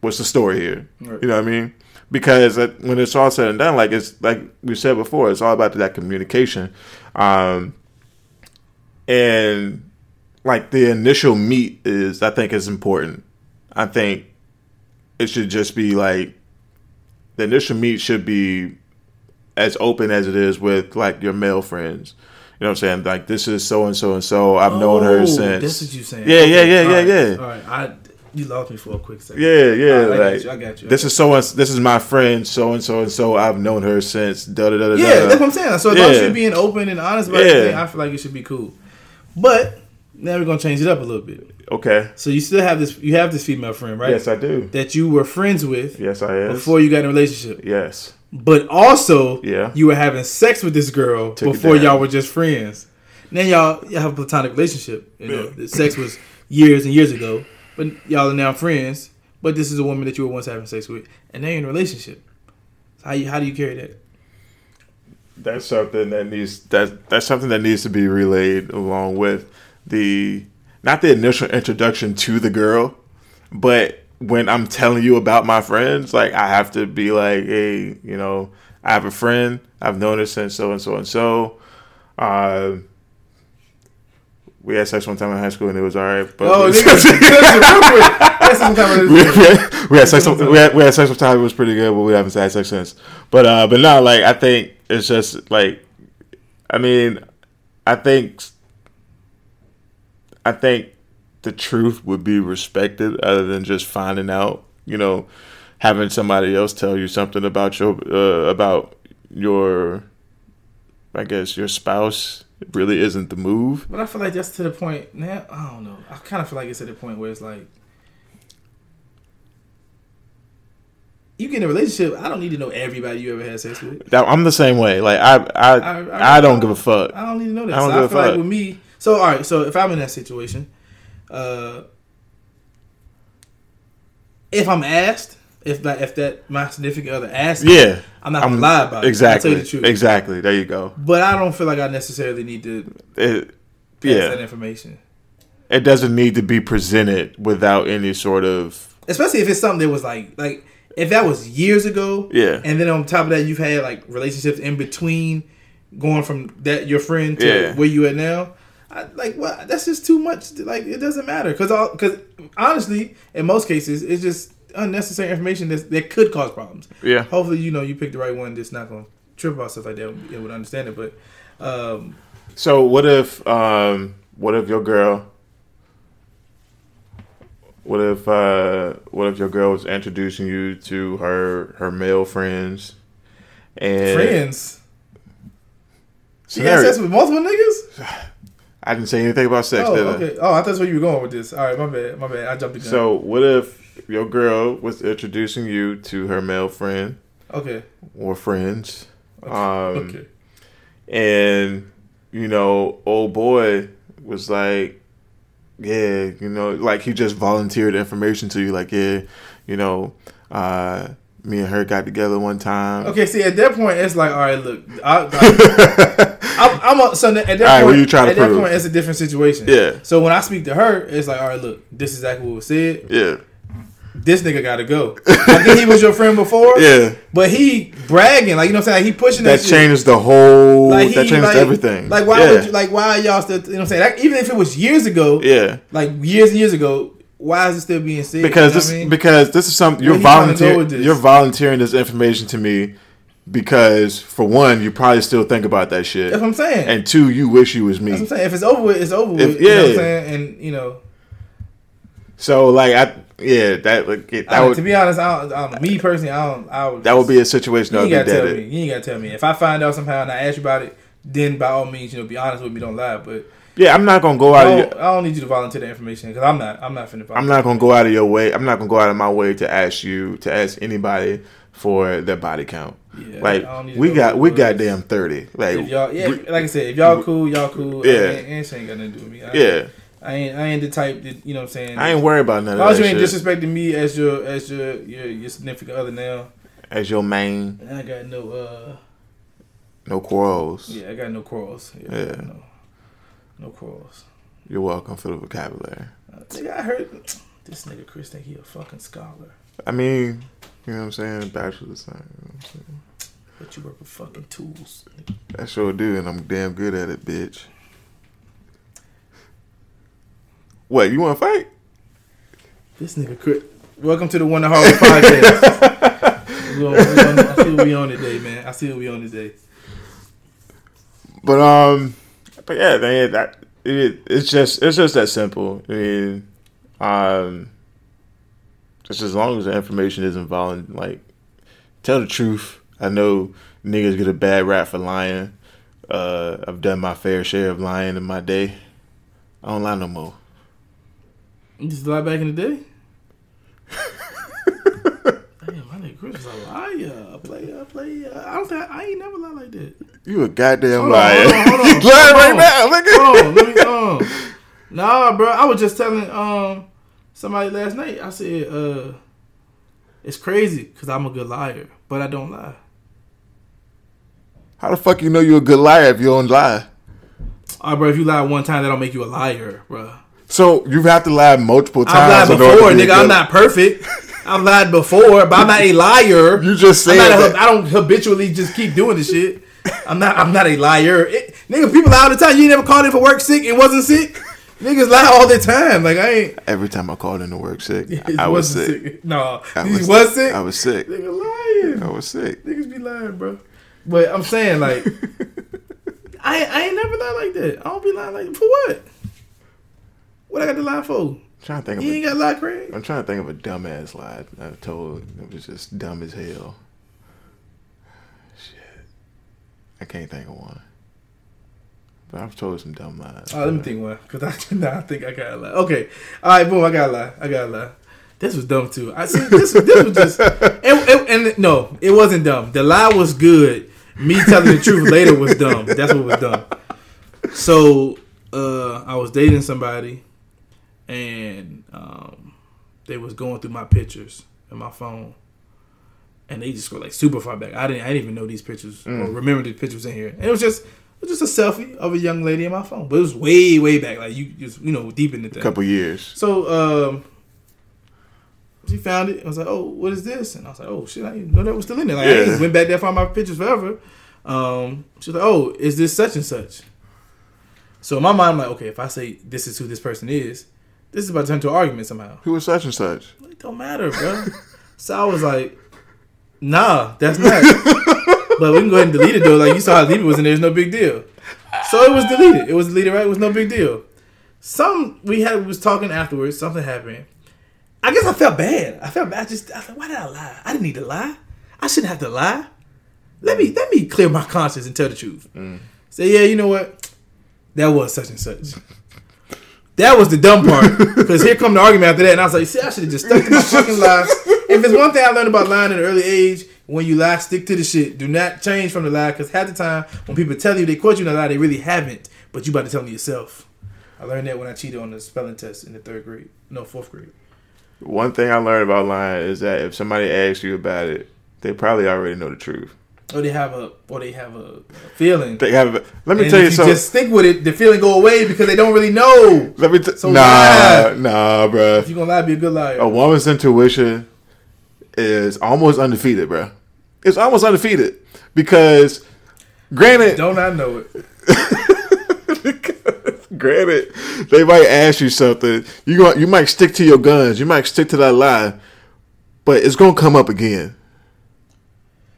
Speaker 3: what's the story here?
Speaker 2: Right.
Speaker 3: You know what I mean? Because uh, when it's all said and done, like it's like we said before, it's all about that communication, um, and like the initial meet is, I think, is important. I think it should just be like the initial meet should be as open as it is with like your male friends. You know what I'm saying? Like this is so and so and so. I've known her
Speaker 2: Oh,
Speaker 3: since.
Speaker 2: That's what you saying?
Speaker 3: Yeah, yeah, yeah,
Speaker 2: All
Speaker 3: yeah,
Speaker 2: right.
Speaker 3: yeah.
Speaker 2: All right, I you lost me for a quick second.
Speaker 3: Yeah, yeah.
Speaker 2: All right, I got
Speaker 3: like,
Speaker 2: you, I got you, I
Speaker 3: This
Speaker 2: got
Speaker 3: is so and this is my friend so and so and so. I've known her since da da da da.
Speaker 2: Yeah,
Speaker 3: da.
Speaker 2: that's what I'm saying. So as long as
Speaker 3: Yeah.
Speaker 2: you're being open and honest about
Speaker 3: Yeah.
Speaker 2: everything, I feel like it should be cool. But now we're gonna change it up a little bit.
Speaker 3: Okay.
Speaker 2: So you still have this, you have this female friend, right?
Speaker 3: Yes, I do.
Speaker 2: that you were friends with
Speaker 3: Yes, I is.
Speaker 2: before you got in a relationship.
Speaker 3: yes.
Speaker 2: But also,
Speaker 3: Yeah.
Speaker 2: you were having sex with this girl
Speaker 3: Took it
Speaker 2: before
Speaker 3: down.
Speaker 2: y'all were just friends. Now y'all, y'all have a platonic relationship. You know, the sex was years and years ago, but y'all are now friends. But this is a woman that you were once having sex with, and now you're in a relationship. So how you how do you carry that?
Speaker 3: that's something that needs that that's something that needs to be relayed along with the not the initial introduction to the girl, but when I'm telling you about my friends, like I have to be like, hey, you know, I have a friend. I've known her since so and so and so. Uh, we had sex one time in high school and it was all right. But
Speaker 2: Oh, nigga, that's some kind of
Speaker 3: we, had, we had sex. some- We had, we had sex sometime. It was pretty good, but we haven't had sex since. But uh, but no, like I think it's just like, I mean, I think, I think the truth would be respected, other than just finding out. You know, having somebody else tell you something about your uh, about your, I guess your spouse really isn't the move.
Speaker 2: But I feel like that's to the point now. I don't know. I kind of feel like it's at the point where it's like you get in a relationship. I don't need to know everybody you ever had sex with.
Speaker 3: That, I'm the same way. Like I
Speaker 2: I-
Speaker 3: I, I,
Speaker 2: I-
Speaker 3: don't give a fuck.
Speaker 2: I don't need to know that.
Speaker 3: I
Speaker 2: I,
Speaker 3: don't
Speaker 2: so
Speaker 3: give
Speaker 2: I
Speaker 3: a
Speaker 2: feel like
Speaker 3: fuck.
Speaker 2: with me. So all right. So if I'm in that situation, uh, if I'm asked, if like if that my significant other asks, me,
Speaker 3: Yeah.
Speaker 2: I'm not gonna lie about it.
Speaker 3: Exactly.
Speaker 2: I'll tell you the truth.
Speaker 3: Exactly. There you go.
Speaker 2: But I don't feel like I necessarily need to
Speaker 3: It,
Speaker 2: pass
Speaker 3: yeah.
Speaker 2: that information,
Speaker 3: it doesn't need to be presented without any sort of
Speaker 2: especially if it's something that was like like if that was years ago.
Speaker 3: Yeah.
Speaker 2: And then on top of that, you've had like relationships in between, going from that your friend to
Speaker 3: Yeah.
Speaker 2: where you at now. I, like, well, that's just too much. Like, it doesn't matter because because honestly, in most cases, it's just unnecessary information that's, that could cause problems.
Speaker 3: Yeah.
Speaker 2: Hopefully, you know, you pick the right one that's not going to trip about stuff like that. It would understand it, but. Um,
Speaker 3: so what if um what if your girl what if uh what if your girl was introducing you to her her male friends and
Speaker 2: friends. She had
Speaker 3: Scenario-
Speaker 2: sex with multiple niggas?
Speaker 3: i didn't say anything about sex
Speaker 2: Oh,
Speaker 3: did I?
Speaker 2: okay. Oh, I thought that's where you were going with this. All right, my bad. My bad. I jumped the gun.
Speaker 3: so what if your girl was introducing you to her male friend
Speaker 2: okay.
Speaker 3: or friends um
Speaker 2: Okay.
Speaker 3: and you know, old boy was like, yeah, you know, like he just volunteered information to you, like, yeah, you know, uh, me and her got together one time.
Speaker 2: Okay. See, at that point, it's like, all right, look, I, I, I'm, I'm a, so at that
Speaker 3: right, what
Speaker 2: point,
Speaker 3: you trying to
Speaker 2: at that
Speaker 3: prove?
Speaker 2: point, it's a different situation.
Speaker 3: Yeah.
Speaker 2: So when I speak to her, it's like, all right, look, this is exactly what was said.
Speaker 3: Yeah,
Speaker 2: This nigga got to go. I think he was your friend before.
Speaker 3: yeah,
Speaker 2: But he bragging, like you know, what I'm saying, like, he pushing
Speaker 3: that
Speaker 2: that, shit.
Speaker 3: changes the whole.
Speaker 2: Like,
Speaker 3: that
Speaker 2: he,
Speaker 3: changes
Speaker 2: like-
Speaker 3: everything.
Speaker 2: Like why
Speaker 3: Yeah.
Speaker 2: would you, like why are y'all still? You know, what I'm saying like, even if it was years ago,
Speaker 3: yeah,
Speaker 2: like years and years ago, why is it still being said?
Speaker 3: because
Speaker 2: you know
Speaker 3: this
Speaker 2: what I mean?
Speaker 3: because this is something you're
Speaker 2: Where he trying to go
Speaker 3: volunteering.
Speaker 2: with this?
Speaker 3: You're volunteering this information to me because, for one, you probably still think about that shit,
Speaker 2: that's what I'm saying.
Speaker 3: and two, you wish you was me.
Speaker 2: that's what I'm saying. If it's over with, it's over with.
Speaker 3: If-
Speaker 2: You know what I'm
Speaker 3: yeah.
Speaker 2: saying? And you know,
Speaker 3: So like I yeah that like, it, that
Speaker 2: I-
Speaker 3: would
Speaker 2: to be honest, I don't, um, me personally, I don't. I would
Speaker 3: that would be a situation
Speaker 2: You ain't
Speaker 3: that would be
Speaker 2: gotta tell
Speaker 3: dead.
Speaker 2: me. You ain't gotta tell me. If I find out somehow and I ask you about it, then by all means, you know, be honest with me. Don't lie. But
Speaker 3: Uh, Yeah, I'm not gonna go out.
Speaker 2: I
Speaker 3: Of
Speaker 2: don't,
Speaker 3: your,
Speaker 2: I don't need you to volunteer that information because I'm not. I'm not finna.
Speaker 3: I'm not gonna go out of your way. I'm not gonna go out of my way to ask you to ask anybody for their body count.
Speaker 2: Yeah, I don't
Speaker 3: like
Speaker 2: need to
Speaker 3: we
Speaker 2: know
Speaker 3: got
Speaker 2: what
Speaker 3: we
Speaker 2: it
Speaker 3: got
Speaker 2: was.
Speaker 3: damn thirty. Like
Speaker 2: If y'all, yeah,
Speaker 3: we-
Speaker 2: like I said, if y'all cool, y'all cool.
Speaker 3: Yeah.
Speaker 2: I ain't, and she ain't got nothing to do with me. I,
Speaker 3: yeah.
Speaker 2: I ain't. I ain't the type that you know. what I'm saying.
Speaker 3: I ain't worried about
Speaker 2: As
Speaker 3: none of
Speaker 2: long
Speaker 3: that
Speaker 2: as you
Speaker 3: shit.
Speaker 2: ain't disrespecting me as your as your your, your significant other now,
Speaker 3: As your main,
Speaker 2: I got no uh
Speaker 3: no quarrels.
Speaker 2: yeah I got no quarrels yeah,
Speaker 3: Yeah.
Speaker 2: no no quarrels.
Speaker 3: You're welcome for the vocabulary.
Speaker 2: Uh, nigga, I heard this nigga Chris think he a fucking scholar,
Speaker 3: I mean, you know what I'm saying? Bachelor's sign. You know what I'm saying?
Speaker 2: but you work with fucking tools.
Speaker 3: I sure do, and I'm damn good at it, bitch. What you want to fight?
Speaker 2: This nigga Chris. Welcome to the One Harvard podcast. we on, we on, I see what we on today, man. I see what we on today.
Speaker 3: But um, but yeah, man, that it, it's just it's just that simple. I mean, um, just as long as the information isn't violent, like tell the truth. I know niggas get a bad rap for lying. Uh, I've done my fair share of lying in my day. I don't lie no more.
Speaker 2: You just lie back in the day. Damn, my nigga Chris is a liar, a player, a player. I don't think I, I ain't never lied like that.
Speaker 3: You a goddamn
Speaker 2: Hold on,
Speaker 3: liar.
Speaker 2: hold on, hold on,
Speaker 3: you lying
Speaker 2: hold
Speaker 3: right
Speaker 2: on.
Speaker 3: now, nigga.
Speaker 2: Hold on, let me um. Nah, bro. I was just telling um somebody last night. I said uh, it's crazy because I'm a good liar, but I don't lie.
Speaker 3: How the fuck you know you a good liar if you don't lie?
Speaker 2: All right, Ah, bro. If you lie one time, that'll make you a liar, bro.
Speaker 3: So you have to lie multiple
Speaker 2: I've lied
Speaker 3: times. in order to
Speaker 2: before,
Speaker 3: be a
Speaker 2: nigga. I'm
Speaker 3: good-
Speaker 2: not perfect. I've lied before, but I'm not a liar.
Speaker 3: You just
Speaker 2: I'm
Speaker 3: said
Speaker 2: not a,
Speaker 3: that.
Speaker 2: I don't habitually just keep doing this shit. I'm not. I'm not a liar. It, nigga, people lie all the time. You ain't never called in for work sick and wasn't sick. Niggas lie all the time. Like I ain't.
Speaker 3: Every time I called into work sick,
Speaker 2: He
Speaker 3: I was
Speaker 2: wasn't
Speaker 3: sick.
Speaker 2: No,
Speaker 3: I
Speaker 2: he was, sick.
Speaker 3: I was sick.
Speaker 2: Nigga lying.
Speaker 3: I was sick.
Speaker 2: Niggas be lying, bro. But I'm saying like, I I ain't never lied like that. I don't be lying like for what? What I got to lie for?
Speaker 3: I'm trying to think of
Speaker 2: You ain't
Speaker 3: a,
Speaker 2: got to lie, Craig.
Speaker 3: I'm trying to think of a dumbass lie I told. It was just dumb as hell. Shit, I can't think of one. But I've told some dumb lies.
Speaker 2: Oh, let me think one because I nah, I think I gotta lie. Okay, all right, boom, I gotta lie. I gotta lie. This was dumb too. I see this. This was just it, it, and no, it wasn't dumb. The lie was good. Me telling the truth later was dumb. That's what was dumb. So uh, I was dating somebody, and um, they was going through my pictures and my phone, and they just go like super far back. I didn't I didn't even know these pictures or remember the pictures in here. And it was just it was just a selfie of a young lady in my phone, but it was way way back, like you just you know deep in the thing.
Speaker 3: a couple years.
Speaker 2: So um, she found it. I was like, "Oh, what is this?" And I was like, "Oh shit, I didn't know that was still in there." Like, I
Speaker 3: Yeah.
Speaker 2: ain't went back there, found my pictures forever. Um, she's like, "Oh, is this such and such?" So in my mind, I'm like, "Okay, if I say this is who this person is, this is about to turn to an argument somehow."
Speaker 3: Who was such and such?
Speaker 2: It don't matter, bro. so I was like, "Nah, that's not." but we can go ahead and delete it though. Like you saw how deep it was in there. It's no big deal. So it was deleted. It was deleted, right? It was no big deal. Some we had was talking afterwards. Something happened. I guess I felt bad. I felt bad. I just I thought, why did I lie? I didn't need to lie. I shouldn't have to lie. Let me let me clear my conscience and tell the truth. Say, yeah, you know what? That was such and such. That was the dumb part. Because here come the argument after that, and I was like, see, I should have just stuck to my fucking lie. If it's one thing I learned about lying at an early age, when you lie, stick to the shit. Do not change from the lie. Because half the time, when people tell you they caught you in a lie, they really haven't. But you about to tell them yourself. I learned that when I cheated on the spelling test in the third grade. No, fourth grade.
Speaker 3: One thing I learned about lying is that if somebody asks you about it, they probably already know the truth.
Speaker 2: Or Oh, they have a, or they have a feeling.
Speaker 3: They have. Let me
Speaker 2: And
Speaker 3: tell
Speaker 2: if
Speaker 3: you something.
Speaker 2: just stick with it, the feeling go away because they don't really know.
Speaker 3: let me. T-
Speaker 2: So
Speaker 3: nah,
Speaker 2: lie.
Speaker 3: nah, bruh.
Speaker 2: If you gonna lie, be a good liar.
Speaker 3: a woman's intuition is almost undefeated, bro. It's almost undefeated because, granted,
Speaker 2: Don't I know it?
Speaker 3: granted, they might ask you something. You going you might stick to your guns. You might stick to that lie, but it's gonna come up again.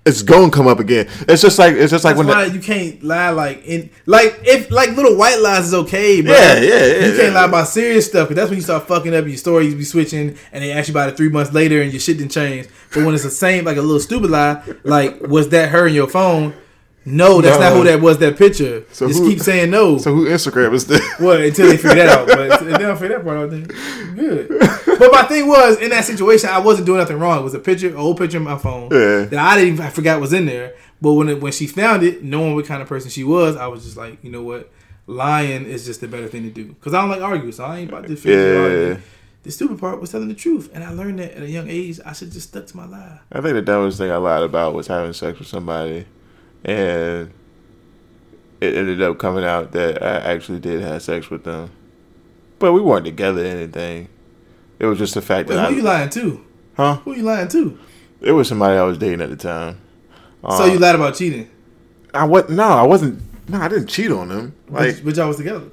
Speaker 3: It's gonna come up again. It's just like it's just like
Speaker 2: That's
Speaker 3: when
Speaker 2: why
Speaker 3: the,
Speaker 2: you can't lie like in like if like little white lies is okay, but
Speaker 3: Yeah, yeah, yeah,
Speaker 2: you can't
Speaker 3: yeah.
Speaker 2: lie about serious stuff because that's when you start fucking up your stories be switching and they ask you about it three months later and your shit didn't change. But when it's the same like a little stupid lie, like was that her in your phone? No, that's not
Speaker 3: No.
Speaker 2: who that was. That picture.
Speaker 3: So
Speaker 2: Just
Speaker 3: who-
Speaker 2: keep saying no.
Speaker 3: so who Instagram is this?
Speaker 2: Well, until they figure that out. But if they don't figure that part out, then good. But my thing was in that situation, I wasn't doing nothing wrong. It was a picture, an old picture of my phone
Speaker 3: Yeah.
Speaker 2: that I didn't, even- I forgot was in there. But when it, when she found it, knowing what kind of person she was, I was just like, you know what, lying is just the better thing to do because I don't like arguing, so I ain't about to figure
Speaker 3: Yeah.
Speaker 2: yeah. The stupid part was telling the truth, and I learned that at a young age. I should just stuck to my lie.
Speaker 3: I think the dumbest thing I lied about was having sex with somebody, and it ended up coming out that I actually did have sex with them, but we weren't together or anything. It was just the fact
Speaker 2: Wait,
Speaker 3: that I,
Speaker 2: who you lying to?
Speaker 3: huh?
Speaker 2: Who you lying to?
Speaker 3: It was somebody I was dating at the time. Uh, Um,
Speaker 2: so you lied about cheating,
Speaker 3: I was no, I wasn't. No, I didn't cheat on them. Like,
Speaker 2: but, but y'all was together.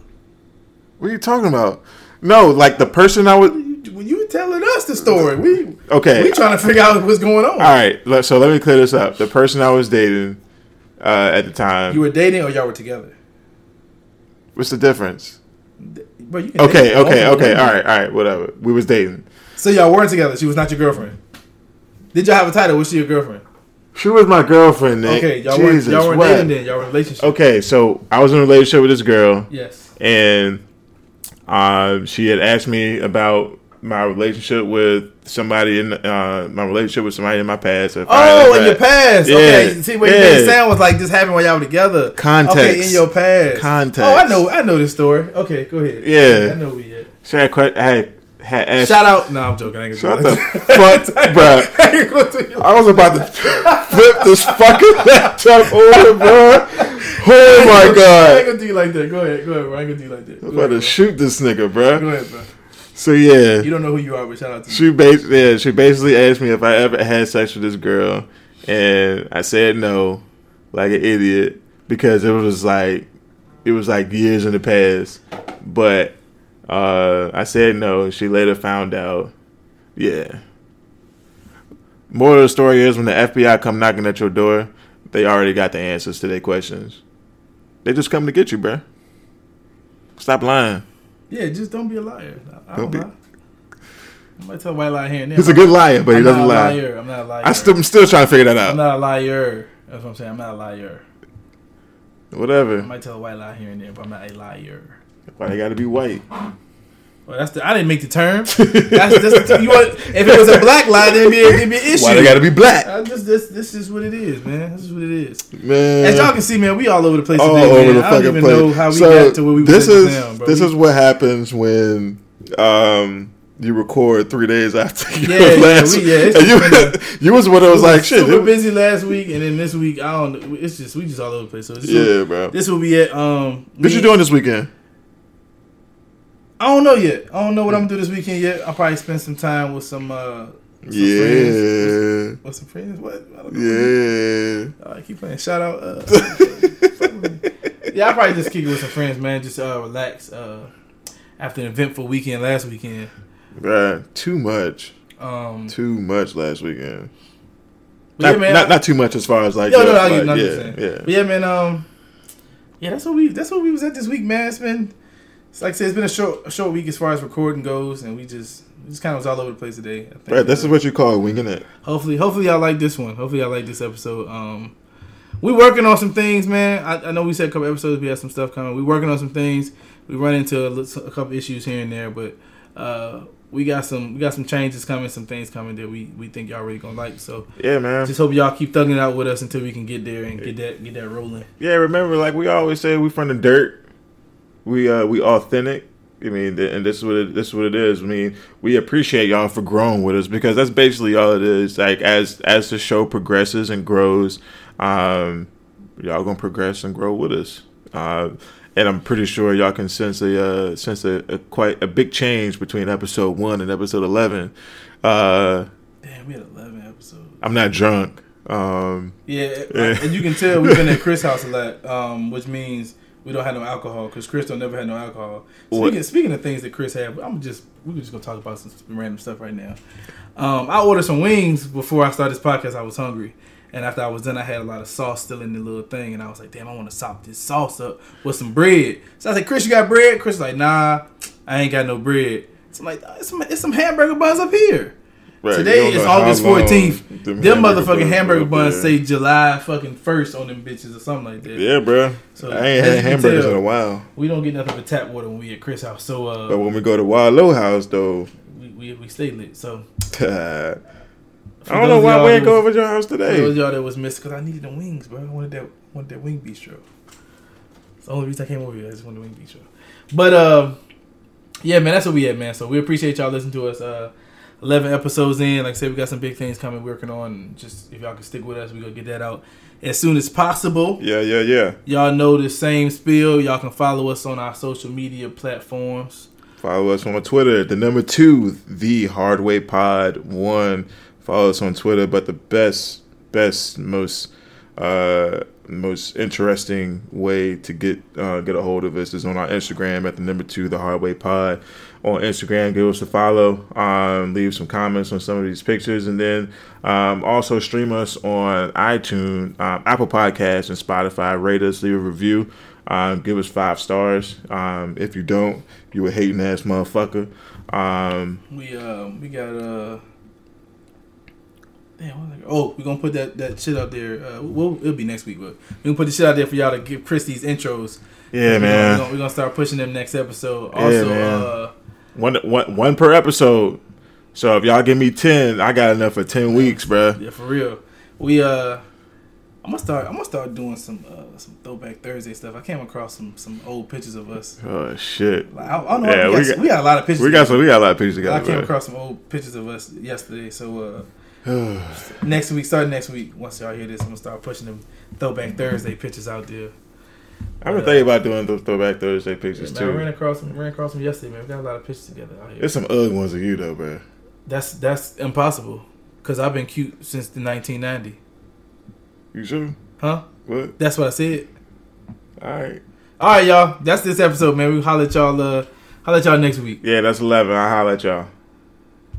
Speaker 3: what are you talking about? No, like the person I was.
Speaker 2: You- When you were telling us the story, we
Speaker 3: Okay,
Speaker 2: We trying to figure out what's going on.
Speaker 3: all right. let- So let me clear this up. The person I was dating uh, at the time.
Speaker 2: You were dating or y'all were together?
Speaker 3: what's the difference?
Speaker 2: Bro, you can
Speaker 3: Okay,
Speaker 2: date.
Speaker 3: okay, okay. All right, all right. Whatever. We was dating.
Speaker 2: So y'all weren't together. She was not your girlfriend. Did y'all have a title? Was she your girlfriend?
Speaker 3: She was my girlfriend. Nick.
Speaker 2: Okay, y'all
Speaker 3: Jesus,
Speaker 2: weren't y'all weren't
Speaker 3: what?
Speaker 2: dating then. Y'all were in a relationship.
Speaker 3: Okay, so I was in a relationship with this girl,
Speaker 2: Yes.
Speaker 3: and um, she had asked me about my relationship with somebody in uh, my relationship with somebody in my past. if I had
Speaker 2: Oh,
Speaker 3: a
Speaker 2: in your past.
Speaker 3: Yeah,
Speaker 2: Okay. See, what you made it
Speaker 3: yeah.
Speaker 2: sound was like this happened while y'all were together. Okay,
Speaker 3: Context.
Speaker 2: in your past.
Speaker 3: Context.
Speaker 2: Oh, I know. I know this story. Okay, go ahead.
Speaker 3: Yeah.
Speaker 2: I know we at.
Speaker 3: She had, que- had, had asked.
Speaker 2: Shout out. No, I'm joking. I ain't
Speaker 3: Shut
Speaker 2: gonna
Speaker 3: the
Speaker 2: do that.
Speaker 3: fuck, bruh. Oh
Speaker 2: I ain't gonna do that.
Speaker 3: I was about to flip this fucking laptop over, bro. Oh my
Speaker 2: I ain't
Speaker 3: god.
Speaker 2: gonna do you like that. Go ahead. Go ahead. Bro. I ain't gonna do you like that. Go
Speaker 3: I'm about
Speaker 2: ahead,
Speaker 3: to shoot this nigga,
Speaker 2: bro. Go
Speaker 3: bro.
Speaker 2: ahead, bro.
Speaker 3: So yeah.
Speaker 2: You don't know who you are, but shout out to you.
Speaker 3: She basically, yeah, she basically asked me if I ever had sex with this girl, and I said no, like an idiot, because it was like, it was like years in the past. But uh, I said no, and she later found out. Yeah. Moral of the story is when the FBI come knocking at your door, they already got the answers to their questions. They just come to get you, bruh. Stop lying.
Speaker 2: Yeah, just don't be a liar. I, I don't
Speaker 3: Don't be-
Speaker 2: lie. I might tell a white lie here and there.
Speaker 3: He's a good liar, but he
Speaker 2: I'm not
Speaker 3: doesn't
Speaker 2: a
Speaker 3: lie.
Speaker 2: liar. I'm not a liar.
Speaker 3: I still, I'm still trying to figure that
Speaker 2: I'm
Speaker 3: out.
Speaker 2: not a liar. That's what I'm saying. I'm not a liar.
Speaker 3: Whatever.
Speaker 2: I might tell a white lie here and there, but I'm not a liar.
Speaker 3: Why they gotta be white?
Speaker 2: Well, that's the. I didn't make the term. That's just you want. If it was a black lie, then it'd be, it'd be an issue.
Speaker 3: Why they gotta be black?
Speaker 2: I just this. This is what it is, man. This is what it is.
Speaker 3: Man.
Speaker 2: As y'all can see, man, we all over the place
Speaker 3: all
Speaker 2: today, man.
Speaker 3: over the
Speaker 2: I don't
Speaker 3: fucking
Speaker 2: even
Speaker 3: place.
Speaker 2: know how we
Speaker 3: so
Speaker 2: got to where we
Speaker 3: this
Speaker 2: was
Speaker 3: is
Speaker 2: now, bro.
Speaker 3: this
Speaker 2: We-
Speaker 3: is what happens when um you record three days after your
Speaker 2: yeah,
Speaker 3: last.
Speaker 2: we- yeah, it's
Speaker 3: and you, you was one of those like
Speaker 2: was
Speaker 3: shit.
Speaker 2: super
Speaker 3: it-
Speaker 2: busy last week, and then this week I don't. It's just we just all over the place. So this, will,
Speaker 3: yeah, bro.
Speaker 2: this will be it. Um,
Speaker 3: What
Speaker 2: me-
Speaker 3: you doing this weekend?
Speaker 2: I don't know yet. I don't know what I'm gonna do this weekend yet. I'll probably spend some time with some uh,
Speaker 3: Yeah,
Speaker 2: with some friends. What? I don't know.
Speaker 3: yeah.
Speaker 2: All right, keep playing. Shout out. Uh, yeah, I probably just kick it with some friends, man. Just uh, relax. Uh, after an eventful weekend last weekend.
Speaker 3: Bruh, too much,
Speaker 2: Um,
Speaker 3: too much last weekend.
Speaker 2: but
Speaker 3: Not,
Speaker 2: yeah, man.
Speaker 3: not, not too much as far as like,
Speaker 2: no,
Speaker 3: uh,
Speaker 2: no, I
Speaker 3: like,
Speaker 2: get what
Speaker 3: yeah,
Speaker 2: you're saying.
Speaker 3: yeah.
Speaker 2: But yeah, man. Um, yeah, that's what we. That's what we was at this week, man. It's been, it's like I said, it's been a short, a short week as far as recording goes, and we just, we just kind of was all over the place today. I think.
Speaker 3: Bruh, this is what you call winging it.
Speaker 2: Hopefully, hopefully y'all like this one. Hopefully y'all like this episode. Um, we working on some things, man. I, I know we said a couple episodes we had some stuff coming. We working on some things. We run into a, lit- a couple issues here and there, but uh, we got some we got some changes coming, some things coming that we we think y'all really gonna like. So
Speaker 3: Yeah, man.
Speaker 2: just hope y'all keep thugging it out with us until we can get there and get that get that rolling.
Speaker 3: Yeah, remember, like we always say, we from the dirt. We uh we authentic. I mean, th- and this is what it, this is what it is. I mean, we appreciate y'all for growing with us because that's basically all it is. Like as as the show progresses and grows, um, y'all gonna progress and grow with us. Uh, and I'm pretty sure y'all can sense a uh, sense a, a quite a big change between episode one and episode eleven. Uh,
Speaker 2: Damn, we had eleven episodes.
Speaker 3: I'm not drunk. Um,
Speaker 2: Yeah,
Speaker 3: Yeah.
Speaker 2: and you can tell we've been at Chris' house a lot, um, which means we don't have no alcohol because Chris don't never had no alcohol.
Speaker 3: What-
Speaker 2: Speaking, speaking of things that Chris had, I'm just we're just gonna talk about some random stuff right now. Um, I ordered some wings before I started this podcast. I was hungry, and after I was done, I had a lot of sauce still in the little thing, and I was like, "Damn, I want to sop this sauce up with some bread." So I said, "Chris, you got bread?" Chris was like, "Nah, I ain't got no bread." So I'm like, "Uh, "It's some, it's some hamburger buns up here."
Speaker 3: right, you
Speaker 2: Today
Speaker 3: don't
Speaker 2: is
Speaker 3: know how
Speaker 2: August
Speaker 3: long
Speaker 2: fourteenth. Them, motherfucking
Speaker 3: buns
Speaker 2: hamburger
Speaker 3: were up
Speaker 2: buns say
Speaker 3: there.
Speaker 2: July fucking first on them bitches or something like that.
Speaker 3: Yeah, bro.
Speaker 2: So,
Speaker 3: I ain't
Speaker 2: as
Speaker 3: had
Speaker 2: you can
Speaker 3: hamburgers
Speaker 2: tell-
Speaker 3: in a while.
Speaker 2: We don't get nothing but tap water when we at Chris house, so
Speaker 3: But
Speaker 2: uh,
Speaker 3: when we go to Wild Low House, though,
Speaker 2: we, we, we stay lit. So
Speaker 3: I don't know why we ain't go over to your house
Speaker 2: Hey. Those
Speaker 3: today.
Speaker 2: y'all that was missed because I needed the wings, bro. I wanted that wanted that wing bistro. It's the only reason I came over here. I just wanted the wing bistro. But uh, yeah, man, that's what we at, man. So we appreciate y'all listening to us. Uh, Eleven episodes in, like I said, we got some big things coming, working on. Just if y'all can stick with us, we gonna get that out as soon as possible.
Speaker 3: Yeah, yeah, yeah.
Speaker 2: Y'all know the same spiel. Y'all can follow us on our social media platforms.
Speaker 3: Follow us on Twitter. The number two, the Hard Way Pod One. Follow us on Twitter. But the best, best, most, uh, most interesting way to get uh, get a hold of us is on our Instagram at the number two, the Hard Way Pod. On Instagram, give us a follow. Um, leave some comments on some of these pictures, and then um, also stream us on iTunes, um, Apple Podcasts, and Spotify. Rate us, leave a review. Um, give us five stars. Um, if you don't, you a hating ass motherfucker. Um,
Speaker 2: We um we got uh damn what was I- oh we gonna put that that shit out there. Uh, we'll, it'll be next week, but we gonna put the shit out there for y'all to give Chris these intros.
Speaker 3: yeah,
Speaker 2: We're
Speaker 3: man.
Speaker 2: gonna, we gonna start pushing them next episode. Also,
Speaker 3: man.
Speaker 2: uh,
Speaker 3: One, one, one per episode. So if y'all give me ten, I got enough for ten weeks, bruh.
Speaker 2: yeah, for real, we uh. I'm gonna start. I'm gonna start doing some uh, some throwback Thursday stuff. I came across some some old pictures of us.
Speaker 3: Oh shit.
Speaker 2: Like, I, I don't know.
Speaker 3: Yeah,
Speaker 2: we,
Speaker 3: we
Speaker 2: got,
Speaker 3: got-
Speaker 2: we got a lot of pictures.
Speaker 3: We got some. We got a lot of pictures
Speaker 2: I
Speaker 3: together.
Speaker 2: came
Speaker 3: bruh.
Speaker 2: across some old pictures of us yesterday. So uh, next week, starting next week, once y'all hear this, I'm gonna start pushing them throwback Thursday pictures out there.
Speaker 3: I've been thinking about doing those throwback Thursday pictures
Speaker 2: Man, I ran
Speaker 3: too.
Speaker 2: across them, ran across them yesterday, man. We got a lot of pictures together out here.
Speaker 3: There's some ugly ones of you though, bruh.
Speaker 2: that's that's impossible, cause I've been cute since the 1990,
Speaker 3: You sure?
Speaker 2: huh?
Speaker 3: What?
Speaker 2: That's what I said.
Speaker 3: All right.
Speaker 2: All right, y'all. That's this episode, man. We holler at y'all. Uh, holler at y'all next week.
Speaker 3: Yeah, that's eleven. I'll holler at y'all.